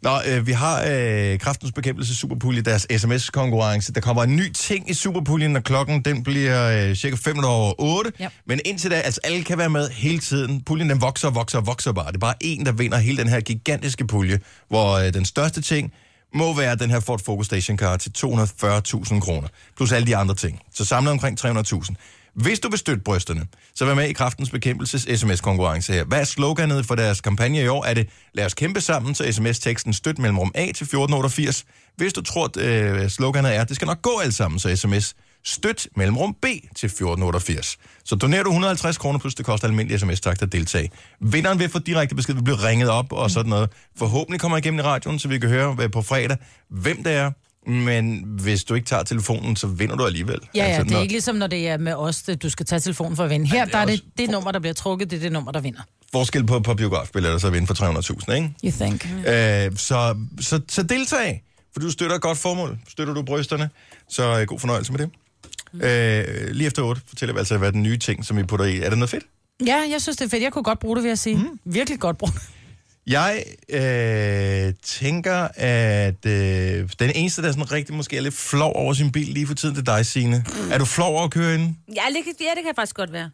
Nå, øh, vi har øh, Kraftens Bekæmpelse Superpulje, deres sms-konkurrence. Der kommer en ny ting i Superpuljen, når klokken den bliver øh, cirka 5 over 8. Ja. Men indtil da, altså alle kan være med hele tiden. Puljen den vokser og vokser og vokser bare. Det er bare en, der vinder hele den her gigantiske pulje, hvor øh, den største ting må være den her Ford Focus Station Car til 240.000 kroner, plus alle de andre ting. Så samlet omkring 300.000. Hvis du vil støtte brysterne, så vær med i Kraftens Bekæmpelses sms-konkurrence her. Hvad er sloganet for deres kampagne i år? Er det, lad os kæmpe sammen, så sms-teksten støt mellemrum A til 1488. Hvis du tror, at øh, sloganet er, det skal nok gå alt sammen, så sms støt mellemrum B til 1488. Så donerer du 150 kroner, plus det koster almindelig sms-takt at deltage. Vinderen vil få direkte besked, vil blive ringet op og sådan noget. Forhåbentlig kommer jeg igennem i radioen, så vi kan høre øh, på fredag, hvem det er. Men hvis du ikke tager telefonen, så vinder du alligevel. Ja, ja, Altså, det er når- ikke ligesom, når det er med os, det- du skal tage telefonen for at vinde. Her det er der er også- det, det nummer, der bliver trukket, det er det nummer, der vinder. forskel på, på biografbilletter, så vinde for 300.000, ikke? You think? Øh, så, så, så deltag, for du støtter et godt formål. Støtter du brysterne, så øh, god fornøjelse med det. Mm. Øh, lige efter 8 fortæller vi altså, hvad den nye ting, som vi putter i. Er det noget fedt? Ja, jeg synes, det er fedt. Jeg kunne godt bruge det, vil jeg sige. Mm. Virkelig godt bruge det. Jeg øh, tænker, at øh, den eneste, der sådan rigtig måske er lidt flov over sin bil lige for tiden, det er dig, Signe. Er du flov over at køre inden? Ja, det, kan- ja, det kan faktisk godt være.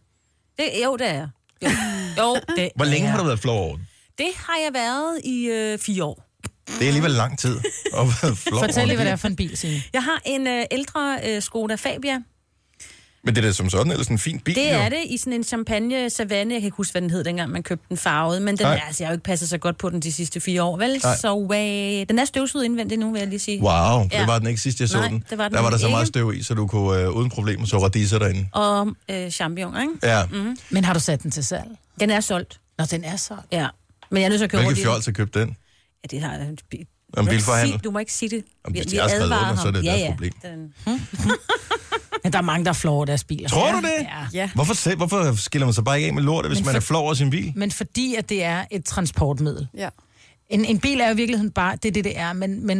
Det, jo, det er jeg. Jo, jo det Hvor længe er har jeg. du været flov over den? Det har jeg været i øh, fire år. Det er alligevel lang tid at være flov Fortæl over lige, en hvad det bil. er for en bil, Signe. Jeg har en øh, ældre øh, Skoda Fabia. Men det er da som sådan ellers en fin bil, Det jo. er det i sådan en champagne savanne. Jeg kan ikke huske, hvad den hed, dengang man købte den farvet. Men den, Nej. er, altså, jeg har jo ikke passet så godt på den de sidste fire år, vel? Nej. Så øh, den er støvsuget indvendigt nu, vil jeg lige sige. Wow, ja. Ja. det var den ikke sidst, jeg så Nej, den. det var den der var der så ikke. meget støv i, så du kunne øh, uden problemer så radiser derinde. Og øh, champignon, ikke? Ja, mm. Men har du sat den til salg? Den er solgt, Nå, den er så. ja. Men jeg er nødt til at køre hvilket rundt i den. fjols har købt den? Ja, det har jeg. Du En må ikke bilforhandler. sige- Du må ikke sige det. Jamen, Vi- hvis de vi har skrevet advarer under, så er det ham. deres ja, ja. problem. Den, Men der er mange, der flår deres biler. Tror du det? Ja. Ja. Hvorfor, selv- hvorfor skiller man sig bare ikke af med lortet, hvis Men man er for- flov over sin bil? Men fordi at det er et transportmiddel. Ja. En, en bil er jo i virkeligheden bare, det er det, det er, men, men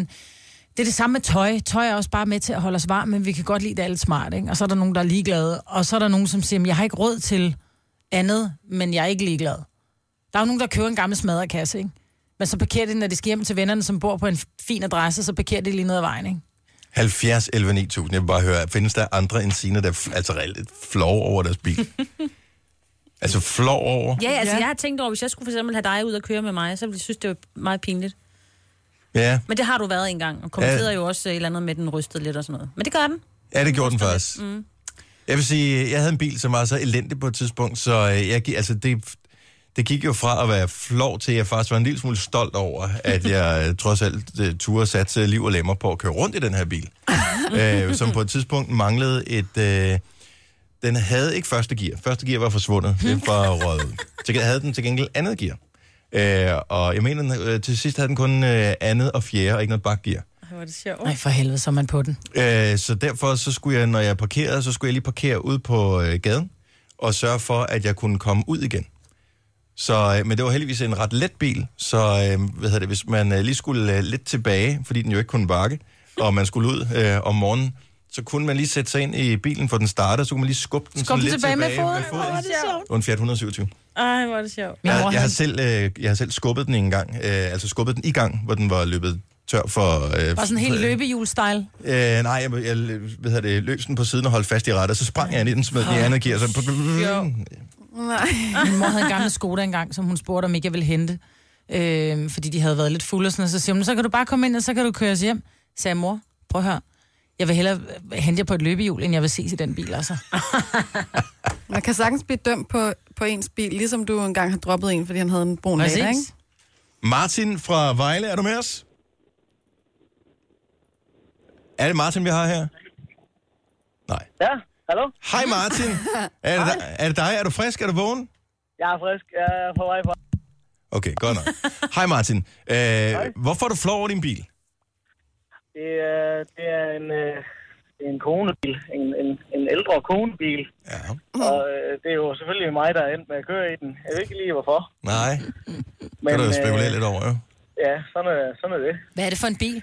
det er det samme med tøj. Tøj er også bare med til at holde os varme, men vi kan godt lide, det er lidt smart, ikke? Og så er der nogen, der er ligeglade, og så er der nogen, som siger, "Men jeg har ikke råd til andet, men jeg er ikke ligeglad. Der er jo nogen, der køber en gammel smadrekasse, ikke? Men så parkerer de, den, når de skal hjem til vennerne, som bor på en fin adresse, så parkerer de lige ned ad vejen, ikke? 70 11 9000. Jeg vil bare høre, findes der andre end Sina, der f- altså reelt flov over deres bil? altså flov over? ja, altså, Ja. jeg har tænkt over, hvis jeg skulle for eksempel have dig ud og køre med mig, så ville jeg synes, det var meget pinligt. Ja, Men det har du været engang, og kommenterede Ja. ja. jo også øh, et eller andet med, at den rystede lidt og sådan noget. Men det gør den. ja det gjorde den faktisk. Mm. Jeg vil sige, jeg havde en bil, som var så elendig på et tidspunkt, så øh, jeg, gi- altså det, det gik jo fra at være flov til, at jeg faktisk var en lille smule stolt over, at jeg øh, trods alt øh, turde satse liv og lemmer på at køre rundt i den her bil. øh, som på et tidspunkt manglede et... Øh, den havde ikke første gear. Første gear var forsvundet. Det var røget. ud. Til gengæld havde den til gengæld andet gear. Øh, og jeg mener, den, øh, til sidst havde den kun øh, andet og fjerde, og ikke noget bakgear. Ej, Hvor er det sjovt. Nej, for helvede, så er man på den. Øh, så derfor, så skulle jeg, når jeg parkerede, så skulle jeg lige parkere ud på øh, gaden, og sørge for, at jeg kunne komme ud igen. Så, øh, men det var heldigvis en ret let bil, så øh, hvad hedder det, hvis man øh, lige skulle øh, lidt tilbage, fordi den jo ikke kunne bakke, og man skulle ud øh, om morgenen, så kunne man lige sætte sig ind i bilen, for den startede, så kunne man lige skubbe den, Skub sådan den lidt tilbage med foden. Med foden. Det var en Fiat 127. Ej, hvor er det sjovt. Min Jeg, mor, jeg, har havde- selv, øh, jeg har selv skubbet den en gang, øh, altså skubbet den i gang, hvor den var løbet tør for... Øh, var sådan helt løbehjul-style. Øh, nej, jeg, jeg hvad hedder det, løb den på siden og holdt fast i rettet, og så sprang jeg ind i den, smed den i andet gear, og så... Nej. Min mor havde en gammel Skoda engang, som hun spurgte, om ikke jeg ville hente. Øh, fordi de havde været lidt fulde og sådan noget. Så siger hun, så kan du bare komme ind, og så kan du køre os hjem. Så sagde jeg, mor, prøv at høre. Jeg vil hellere hente jer på et løbehjul, end jeg vil ses i den bil, altså. Man kan sagtens blive dømt på, på ens bil, ligesom du engang har droppet en, fordi han havde en brun Præcis. lader, ikke? Martin fra Vejle, er du med os? Er det Martin, vi har her? Nej. Ja, hallo? Hej Martin! Er det, dig- er det dig? Er du frisk? Er du vågen? Jeg er frisk. Jeg er på vej fra. Okay, godt nok. Hej Martin. Øh, hvorfor er du flov over din bil? Det er, det er en, øh, det er en konebil. En, en, en ældre konebil. Ja. Og øh, det er jo selvfølgelig mig, der er endt med at køre i den. Jeg ved ikke lige, hvorfor. Nej, det kan du jo spekulere lidt over, jo. ja, sådan er, sådan er det. Hvad er det for en bil?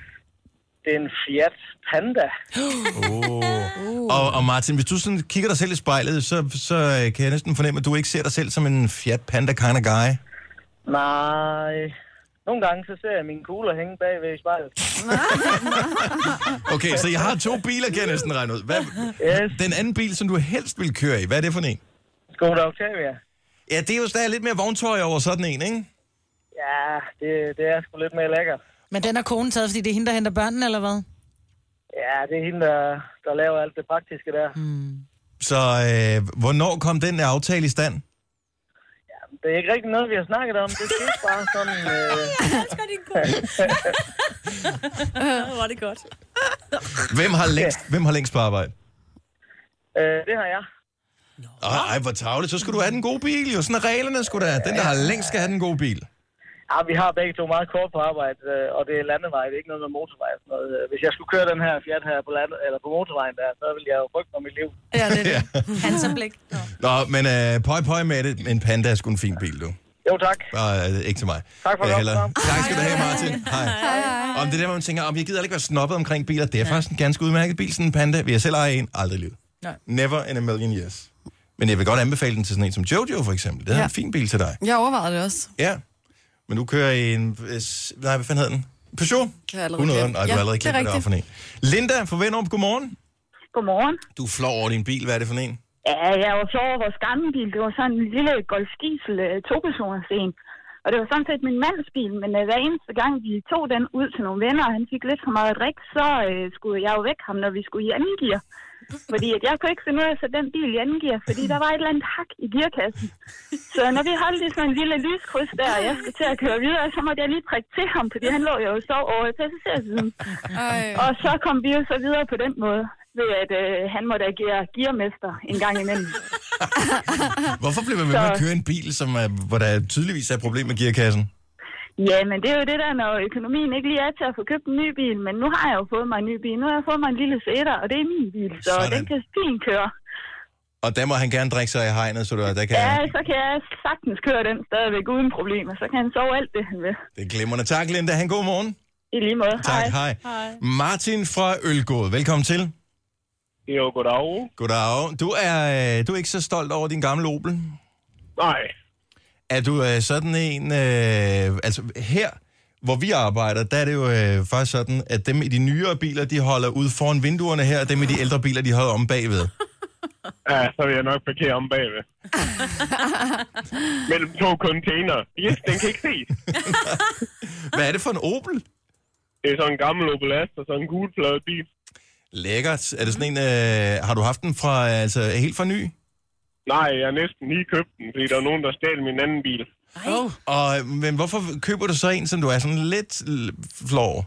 Det er en Fiat Panda. Oh. Og, og Martin, hvis du sådan kigger dig selv i spejlet, så, så øh, kan jeg næsten fornemme, at du ikke ser dig selv som en Fiat Panda kind of guy. Nej. Nogle gange så ser jeg mine kugler hænge bagved i spejlet. Okay, så jeg har to biler, kan jeg næsten regne ud. Hvad, Yes, den anden bil, som du helst vil køre i, hvad er det for en? Skoda Octavia. Ja, det er jo stadig lidt mere vogntøj over sådan en, ikke? Ja, det, det er sgu lidt mere lækkert. Men den har konen taget, fordi det er hende, der henter børnene, eller hvad? Ja, det er hende, der, der laver alt det praktiske der. Så øh, hvornår kom den aftale i stand? Det er ikke rigtig noget, vi har snakket om. Det skete bare sådan... Øh, Hvor er det godt. Hvor er det godt. Hvem har længst, hvem har længst på arbejde? øh, det har jeg. Ej, ej, hvor tavligt. Så skal du have den gode bil, jo. Sådan er reglerne, skulle da. Den, der har længst, skal have den gode bil. Ja, vi har begge to meget kort på arbejde, øh, og det er landevej, det er ikke noget med motorvej. og Sådan noget. Øh, Hvis jeg skulle køre den her Fiat her på, lande, eller på motorvejen der, så ville jeg jo frygte for mit liv. Ja, det er det. Hanserblik. Nå. Nå, men øh, pøj, pøj med det. En Panda er sgu en fin bil, du. Jo tak. Bare øh, ikke til mig. Tak for Øh, det, heller. Tom. Tak skal du have, Martin. Hej. Hej. Om det der, hvor man tænker, om jeg gider ikke være snobbet omkring biler, det er faktisk en ganske udmærket bil, sådan en Panda. Vil jeg selv eje en? Aldrig i livet. Nej. Never in a million years. Men jeg vil godt anbefale den til sådan en som Jojo, for eksempel. Det er ja. Ja. en fin bil til dig. Jeg overvejede det også. Ja. Men du kører i en... øh, s- Nej, hvad fanden hed den? Peugeot? Kan jeg allerede 100, nej, glemme. du har Ja, allerede det er glemt, hvad det var for en. Linda fra Venderup, godmorgen. Godmorgen. Du er flov over din bil, hvad er det for en? Ja, jeg var flov over vores gamle bil. Det var sådan en lille Golf Diesel øh, topersoners en. Og det var sådan set min mands bil, men øh, hver eneste gang, vi tog den ud til nogle venner, og han fik lidt for meget drik, så øh, skulle jeg jo væk ham, når vi skulle i anden gear. Fordi at jeg kunne ikke finde ud af at sætte den bil i anden gear, fordi der var et eller andet hak i gearkassen. Så når vi holdt i sådan en lille lyskryds der, og jeg skulle til at køre videre, så måtte jeg lige prikke til ham, fordi han lå jo og sov over i passagersiden. Ej. Og så kom vi jo så videre på den måde, ved at øh, han måtte agere gearmester en gang imellem. Hvorfor bliver man ved med at Så- køre en bil, som er, hvor der tydeligvis er et problem med gearkassen? Ja, men det er jo det der, når økonomien ikke lige er til at få købt en ny bil, men nu har jeg jo fået mig en ny bil. Nu har jeg fået mig en lille sætter, og det er min bil, så Sådan. Sådan. den kan fint køre. Og der må han gerne drikke sig i hegnet, så der, der kan Ja, så kan jeg sagtens køre den stadigvæk uden problemer. Så kan han sove alt det, han vil. Det er glimrende. Tak, Linda. Han god morgen. I lige måde. Tak, hej. hej. Martin fra Ølgod, velkommen til. Jo, goddag. Goddag. Du er, øh, du er ikke så stolt over din gamle Opel. Nej. Er du øh, sådan en... Øh, altså her, hvor vi arbejder, der er det jo øh, faktisk sådan, at dem i de nyere biler, de holder ud foran vinduerne her, og dem i de ældre biler, de holder om bagved. Ja, så vil jeg nok parkere om bagved. Mellem to container. Yes, den kan ikke ses. Hvad er det for en Opel? Det er sådan en gammel Opel Astra, sådan en gulfløjet bil. Lækkert. Er det sådan en... Øh, har du haft den fra, altså, helt fra ny? Nej, jeg har næsten lige købt den, fordi der var nogen, der stjal min anden bil. Oh. Og, men hvorfor køber du så en, som du er sådan lidt l- flov over?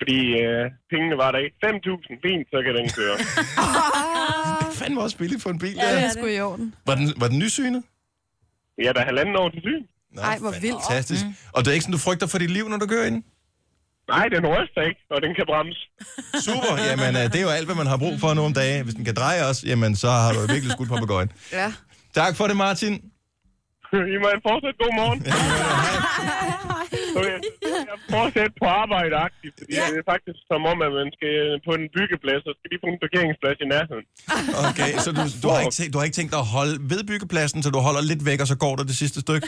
Fordi øh, pengene var der ikke. 5.000, fint, så kan den køre. Fanden var også billigt for en bil. Ja, det Ja. er sgu i orden. Var, den, var den nysynet? Ja, der er halvanden år til syn. Nå, Ej, hvor vildt. Fantastisk. Mm. Og det er ikke sådan, du frygter for dit liv, når du kører ind? Nej, den ryster ikke, og den kan bremse. Super. Jamen, øh, det er jo alt, hvad man har brug for nogle dage. Hvis den kan dreje også, jamen, så har du virkelig skudt på begøjen. Ja. Tak for det, Martin. I må fortsætte god morgen. Okay, jeg fortsætter på arbejde aktivt, fordi ja. det er faktisk som om, at man skal øh, på en byggeplads, og skal lige få en parkeringsplads i nærheden. Okay, så du, du, har, ikke tænkt, du har ikke tænkt dig at holde ved byggepladsen, så du holder lidt væk, og så går der det sidste stykke?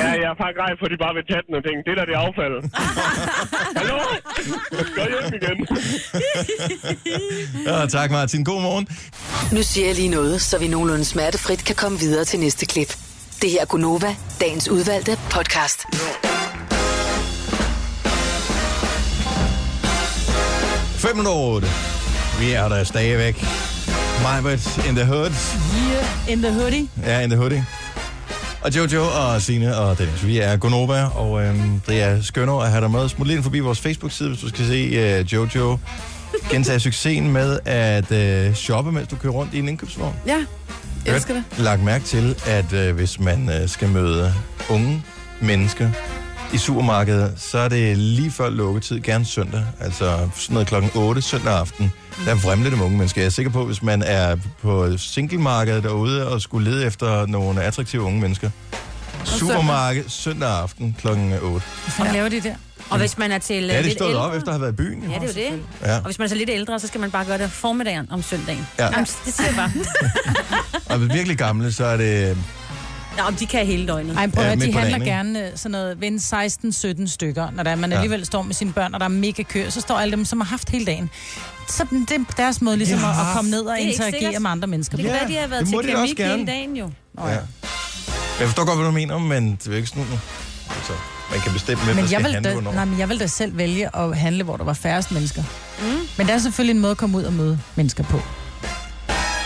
Ja, jeg er faktisk rej for, at de bare vil tage den og tænke, det der det er affald. Hallo? Gå hjem igen. Ja, tak, Martin. God morgen. Nu siger jeg lige noget, så vi nogenlunde smertefrit kan komme videre til næste klip. Det her er Gunova, dagens udvalgte podcast. Fem minutter over otte. Vi er der stadigvæk. Majbert in the hood. Yeah, in the hoodie. Ja, in the hoodie. Og Jojo og Sine og Dennis, vi er Gonova, og øhm, det er skønt at have dig med. Smut lige ind forbi vores Facebook-side, hvis du skal se øh, Jojo gentage succesen med at øh, shoppe, mens du kører rundt i en indkøbsvogn. Ja, jeg elsker det. Lagt mærke til, at øh, hvis man øh, skal møde unge mennesker i supermarkedet, så er det lige før lukketid, gerne søndag, altså sådan noget klokken 8 søndag aften, der vrimler det med unge mennesker. Jeg er sikker på, hvis man er på singlemarkedet derude og skulle lede efter nogle attraktive unge mennesker, supermarked søndag aften klokken 8. Hvad ja. laver de der? Og hvis man er til øh, Ja, det lidt stod ældre... op efter at have været i byen. jo. Ja, det er jo det. Ja. Og hvis man er så lidt ældre, så skal man bare gøre det formiddagen om søndagen. Ja. Ja. Jamen, det siger jeg bare. Og hvis virkelig gamle, så er det... Nå, men de kan hele døgnet. Ej, men prøv Ja, ja, at midt de på handler dagen, ikke? gerne øh, sådan noget ved 16-17 stykker, når der, er- man Ja. ja. alligevel står med sine børn, og der er mega kø, så står alle dem, som har haft hele dagen. Så den- det er deres måde ligesom Ja. ja. at, at komme ned og Det er ikke interagere sikkert. med andre mennesker. Det Ja. kan Ja, være, de har været det må til de da også keramik hele gerne. dagen jo. Ja. Jeg forstår godt, hvad du mener, men det er jo ikke sådan... Altså, man kan bestemme, hvem der Men jeg, skal vil handle da, hvornår. nej, men jeg vil da selv vælge at handle, hvor der var færrest mennesker. Mm. Men der er selvfølgelig en måde at komme ud og møde mennesker på.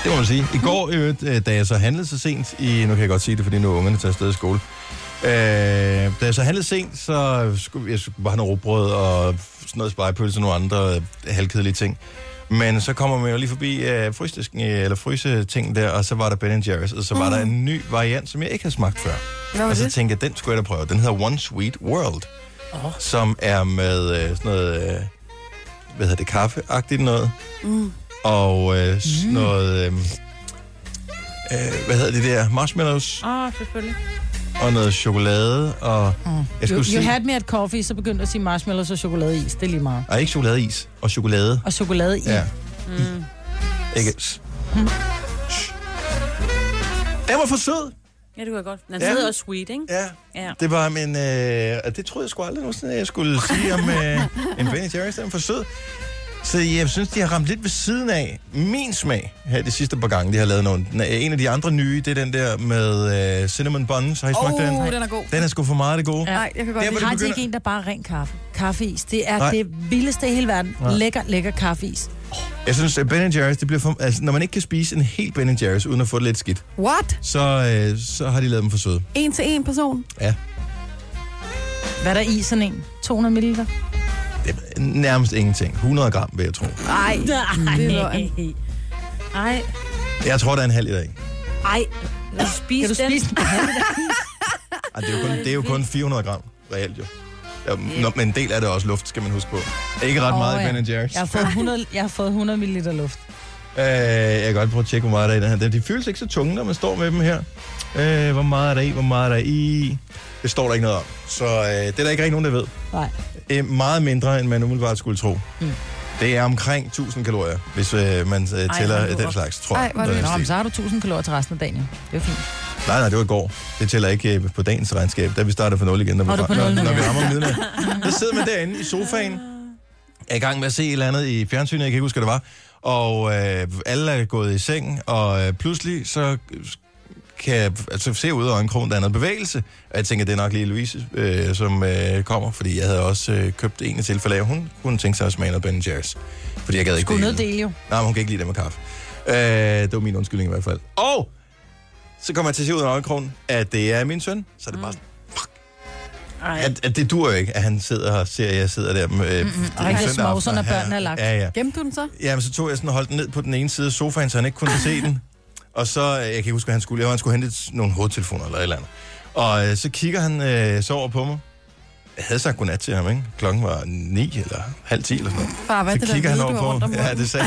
Det må man sige. I går, i øvrigt, øh, da jeg så handlede så sent i... Nu kan jeg godt sige det, fordi nu er ungerne tager afsted i skole. Øh, da jeg så handlede sent, så skulle jeg skulle bare have noget råbrød og sådan noget spejepølse og nogle andre øh, halvkedelige ting. Men så kommer man jo lige forbi øh, frysdisken, øh, eller fryseting der, og så var der Ben Jerry's, og så var mm. der en ny variant, som jeg ikke havde smagt før. Hvad var Og så det? tænkte jeg, den skulle jeg da prøve. Den hedder One Sweet World, oh. som er med øh, sådan noget, øh, hvad hedder det, kaffeagtigt noget. Mm. Og øh, sådan mm. noget, øh, øh, hvad hedder det der, marshmallows Åh, oh, selvfølgelig. og noget chokolade. Og mm. jeg You, skulle you sige, had me at coffee, så begyndte du at sige marshmallows og chokoladeis. Det er lige meget. nej, ikke chokoladeis, og chokolade. Og chokolade i. Ja. Ja. Mm. Ikke s. Mm. Den var for sød. Ja, det kunne jeg godt. Den Ja. hedder også Sweet, ikke? Ja. Ja. Det var min... Øh, og det troede jeg sgu aldrig nogensinde, at jeg skulle sige om øh, en Ben Jerry's. Den er for sød. Så jeg synes, de har ramt lidt ved siden af min smag her de sidste par gange, de har lavet nogen. En af de andre nye, det er den der med øh, cinnamon buns. Har I smagt den? Åh, den er god. Den er sgu for meget af det gode. Oh, Ja. Nej, jeg kan Der, godt hvor lide det det. Har de begynder- ikke en, der bare er ren kaffe? Kaffeis. Det Nej. er Nej. det vildeste i hele verden. Nej. Lækker, lækker kaffeis. Jeg synes, at Ben Jerry's, det bliver for, altså, når man ikke kan spise en helt Ben Jerry's, uden at få det lidt skidt, What? så, øh, så har de lavet dem for søde. En til en person? Ja, Hvad er der i sådan en? 200 ml? det er nærmest ingenting. 100 gram, vil jeg tro. Nej. Nej. Det er løgn. Ej. Jeg tror, der er en halv i dag. Ej. Vil du spise Kan du den? spise den? Ej, det, er jo kun, det er jo kun 400 gram, reelt jo. Ja, yeah. Men en del af det er også luft, skal man huske på. Ikke ret oh, Åh, meget i ja. Ben Jerry's. Jeg har fået 100, jeg har fået 100 ml luft. Øh, jeg kan godt prøve at tjekke, hvor meget der er i den her. De føles ikke så tunge, når man står med dem her. Øh, hvor meget er der i? Hvor meget er der i? Det står der ikke noget om. Så øh, det er der ikke rigtig nogen, der ved. Nej. Øh, meget mindre, end man umiddelbart skulle tro. Mm. Det er omkring 1000 kalorier, hvis øh, man øh, tæller hold nu øh, den op. slags, tror Ej, jeg. hvor er det Noget i den Nå, stil. men så har du 1000 kalorier til resten af dagen, jo. Det er jo fint. Nej, nej, det var i går. Det tæller ikke øh, på dagens regnskab, da vi starter fra 0 igen, når, Nå, vi, du er på når, nul nu, når vi ja. rammer midnat. Der sidder man derinde i sofaen, er i gang med at se et eller andet i fjernsynet, jeg kan ikke huske, hvad det var, og øh, alle er gået i seng, og øh, pludselig så kan jeg altså, se ud af øjenkrogen, der er noget bevægelse. Og jeg tænker, det er nok lige Louise, øh, som øh, kommer, fordi jeg havde også øh, købt en i tilfælde af, at hun kunne tænke sig at smage noget Ben Jerry's. Fordi jeg gad ikke Skulle dele ned den. dele jo. Nej, men hun kan ikke lide det med kaffe. Øh, det var min undskyldning i hvert fald. Og så kommer jeg til at se ud af øjenkrogen, at det er min søn. Så er det bare sådan, Ej. at, at det dur jo ikke, at han sidder her og ser, at jeg sidder der. Med, øh, mm-hmm. Og han kan smage sådan, at børnene er lagt. Ja, ja. Gemte du den så? Jamen, så tog jeg sådan og holdt den ned på den ene side af sofaen, så han ikke kunne se den. Og så, øh, jeg kan ikke huske, hvad han skulle. Jeg var, han skulle hente et- nogle hovedtelefoner eller et eller andet. Og øh, så kigger han øh, så over på mig. Jeg havde sagt godnat til ham, ikke? Klokken var ni eller halv ti eller sådan noget. Far, hvad er det Så der kigger hvide, han du har over rundt på. om Ja, munden? det sagde,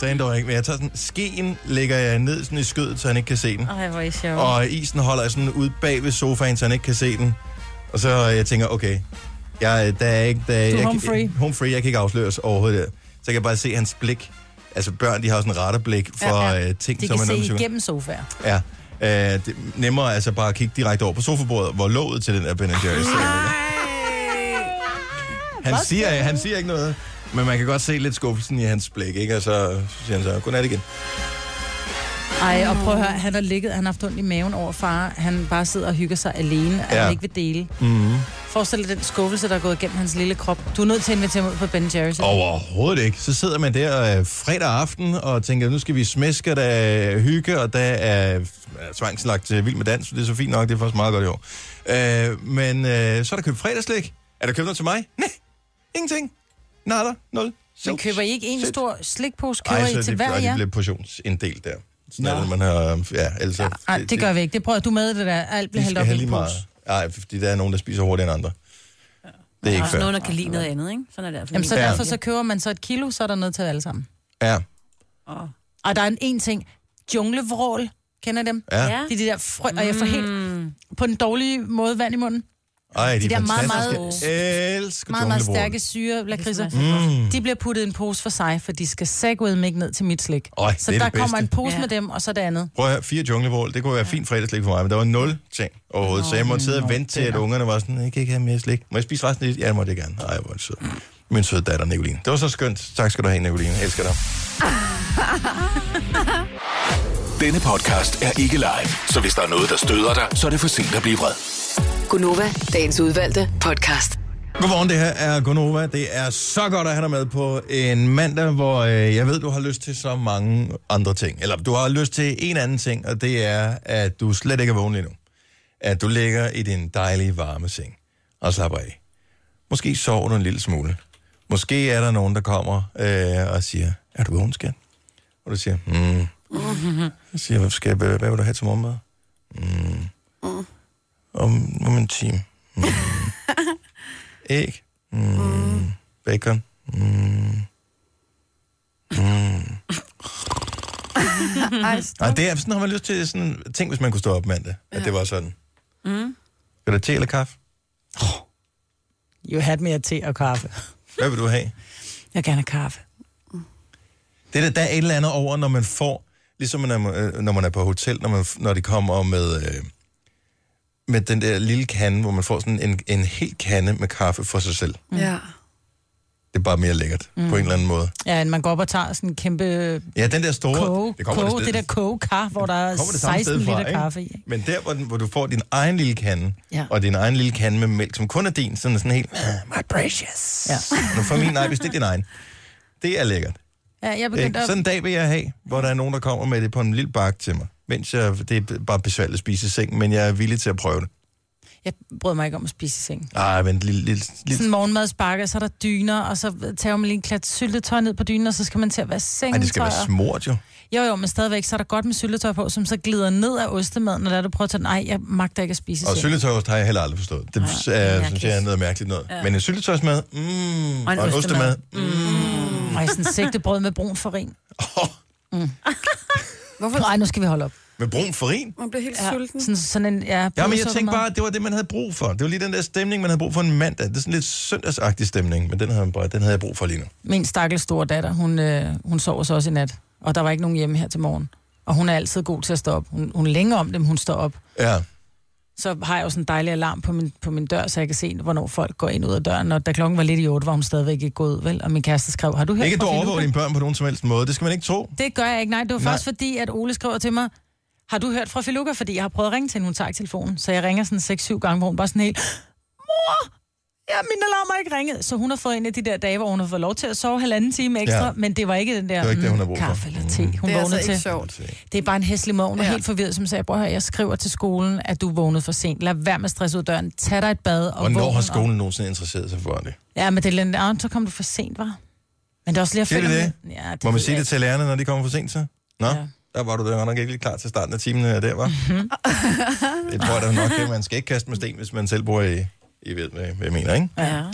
sagde han dog ikke. Men jeg tager sådan, skeen lægger jeg ned sådan i skødet, så han ikke kan se den. Ej, hvor er I sjov. Og isen holder jeg sådan ud bag ved sofaen, så han ikke kan se den. Og så øh, jeg tænker, okay, jeg, øh, der er ikke... Der, er- Du er jeg, home kan- free. Home free, jeg kan ikke afsløres overhovedet. Der. Så kan jeg bare se hans blik. Altså børn, de har sådan en ratterblik for ja, Ja, ja. ja. Øh, ting, De som kan er se noget med psykologi. igennem sofaer. Ja. Øh, det, er nemmere altså bare at kigge direkte over på sofabordet, hvor låget til den er Ben Jerry's. Han siger, han siger ikke noget, men man kan godt se lidt skuffelsen i hans blik, ikke? Og så siger han så, godnat igen. Ej, og prøv at høre, han har ligget, han har haft ondt i maven over far. Han bare sidder og hygger sig alene, og Ja. ja. han ikke vil dele. Mm-hmm. Forestil dig den skuffelse, der er gået igennem hans lille krop. Du er nødt til at invitere ham ud på Ben Jerry's. Overhovedet ikke. Så sidder man der øh, fredag aften og tænker, nu skal vi smæske, og der er hygge, og der er er tvangslagt til vild med dans. Det er så fint nok, det er faktisk meget godt i år. Øh, men øh, så er der købt fredagslæg. Er der købt noget til mig? Nej, ingenting. Nada, nul. Men Sovs. køber I ikke en Sødt. stor slikpose, køber Ej, I så til det, hver og det jer? blev portionsindel der. Sådan er det, man har... Ja, ellers, ja, Nej, det gør vi ikke. Det prøver du med, det der. Alt bliver de hældt skal op i have en lige meget. pose. Nej, fordi der er nogen, der spiser hurtigere end andre. Det er ikke Også fair. nogen, der kan lide noget andet, ikke? Sådan er det. Jamen, så Ja. derfor så køber man så et kilo, så er der noget til alle sammen. Ja, Og der er en, en ting. Junglevrål. Kender I dem? ja. Det er de der frø, og jeg får helt Mm. på en dårlig måde vand i munden. Ej, de, De de der er meget, fantastiske. meget- Jeg elsker Meget, meget junglevrål. stærke syre, lakridser. Mm. De bliver puttet i en pose for sig, for de skal segway ikke ned til mit slik. Øj, så det er der det bedste. kommer en pose Ja. med dem, og så det andet. Prøv at høre, fire junglevål, det kunne være fint fredagslik for mig, men der var nul ting overhovedet, så jeg måtte sidde og vente til, at ungerne var sådan, jeg kan ikke have mere slik. Må jeg spise resten af det? Ja, det måtte jeg gerne. Ej, hvor er det sød. Min søde datter, Nicoline. Det var så skønt. Tak skal du have, Nicoline. Jeg elsker dig. Denne podcast er ikke live, så hvis der er noget, der støder dig, så er det for sent at blive vred. Gunova, dagens udvalgte podcast. Godmorgen, det her er Gunova. Det er så godt at have dig med på en mandag, hvor øh, jeg ved, du har lyst til så mange andre ting. Eller du har lyst til en anden ting, og det er, at du slet ikke er vågen endnu. At du ligger i din dejlige varme seng og slapper af. Måske sover du en lille smule. Måske er der nogen, der kommer øh, og siger, er du vågen, skat? Og du siger, mm. Jeg siger, hvad, skal jeg, hvad hvad vil du have til morgenmad? Mm. Om, om en time. Æg. Mm. Bacon. Mm. Ej, Nej, det er sådan, har man lyst til sådan ting, hvis man kunne stå op mandag, at det var sådan. Mm. Skal du have te eller kaffe? You had mere te og kaffe. Hvad vil du have? Jeg vil gerne have kaffe. Det er der, der er et eller andet over, når man får Ligesom når man, øh, når man er på hotel, når, man, når de kommer med, øh, med den der lille kande, hvor man får sådan en, en hel kande med kaffe for sig selv. Ja. Det er bare mere lækkert, mm. på en eller anden måde. Ja, end man går op og tager sådan en kæmpe Ja, den der store... koge, det, kommer koge, det, sted- der kogekar, hvor der er kommer det samme 16 sted fra, liter ikke? kaffe i. Men der, hvor, den, hvor du får din egen lille kande, Ja. og din egen lille kande med mælk, som kun er din, sådan sådan helt, "Ah, my precious. Ja. Nu får min, nej, hvis det er din egen. Det er lækkert. Ja, jeg begyndte Ikke? at... Sådan en dag vil jeg have, hvor der er nogen, der kommer med det på en lille bakke til mig. Mens jeg, det er bare besværligt at spise i seng, men jeg er villig til at prøve det. Jeg brød mig ikke om at spise i sengen. Ej, men lille, lille, Sådan lille. morgenmadsbakke, så er der dyner, og så tager man lige en klat syltetøj ned på dynen, og så skal man til at være sengen, Ej, det skal tror være jeg. smurt jo. Jo, jo, men stadigvæk, så er der godt med syltetøj på, som så glider ned af ostemaden, når der er du prøver at tage den. Ej, jeg magter ikke at spise i Og sengen. syltetøjst har jeg heller aldrig forstået. Det er, synes jeg er noget mærkeligt noget. Men en syltetøjsmad, mm, og en ostemad, mm. Og jeg sådan sigtebrød med brun farin. Oh, Hvorfor? Nej, nu skal vi holde op. med brun farin. Man bliver helt ja. sulten. Sådan, sådan en, ja, Ja, men jeg pulversukker tænkte mad. bare, at det var det, man havde brug for. Det var lige den der stemning, man havde brug for en mandag. Det er sådan lidt søndagsagtig stemning, men den havde, man bare, den havde jeg brug for lige nu. Min stakkels store datter, hun, øh, hun sover så også i nat, og der var ikke nogen hjemme her til morgen. Og hun er altid god til at stå op. Hun, hun længer om dem, hun står op. Ja, Så har jeg jo sådan en dejlig alarm på min, på min dør, så jeg kan se, hvornår folk går ind og ud af døren. Og da klokken var lidt i otte, var hun stadigvæk ikke gået ud, vel? Og min kæreste skrev, har du hørt ikke at du fra overvåger Finucane?" dine børn på nogen som helst måde. Det skal man ikke tro. Det gør jeg ikke, nej. Det var Nej. faktisk fordi, at Ole skriver til mig, har du hørt fra Filuka? Fordi jeg har prøvet at ringe til hende, hun tager ikke telefonen. Så jeg ringer sådan 6-7 gange, hvor hun bare sådan helt, mor, ja, min alarm har ikke ringet. Så hun har fået en af de der dage, hvor hun har fået lov til at sove halvanden time ekstra, Ja. ja. men det var ikke den der var ikke det, hun mm, havde brug for. kaffe eller te, hun Det vågnede er altså ikke til. sjovt. Det er bare en hæslig morgen. Hun er Ja. helt forvirret, som sagde, bror her, jeg skriver til skolen, at du vågnede for sent. Lad være med at stresse ud af døren. Tag dig et bad og Hvornår vågn har op." skolen nogensinde interesseret sig for det? Ja, men det er lidt, ah, så kom du for sent, var. Men det er også lige at Siger de følge det? med- Ja, det Må man ved sige jeg det til lærerne, når de kommer for sent så? Nå, ja. Ja. Mhm. der var du da nok ikke lige klar til starten af timen øh, der, var. det tror jeg da nok, at man skal ikke kaste med sten, hvis man selv bor i, I ved, hvad jeg mener, ikke? Ja. Men det er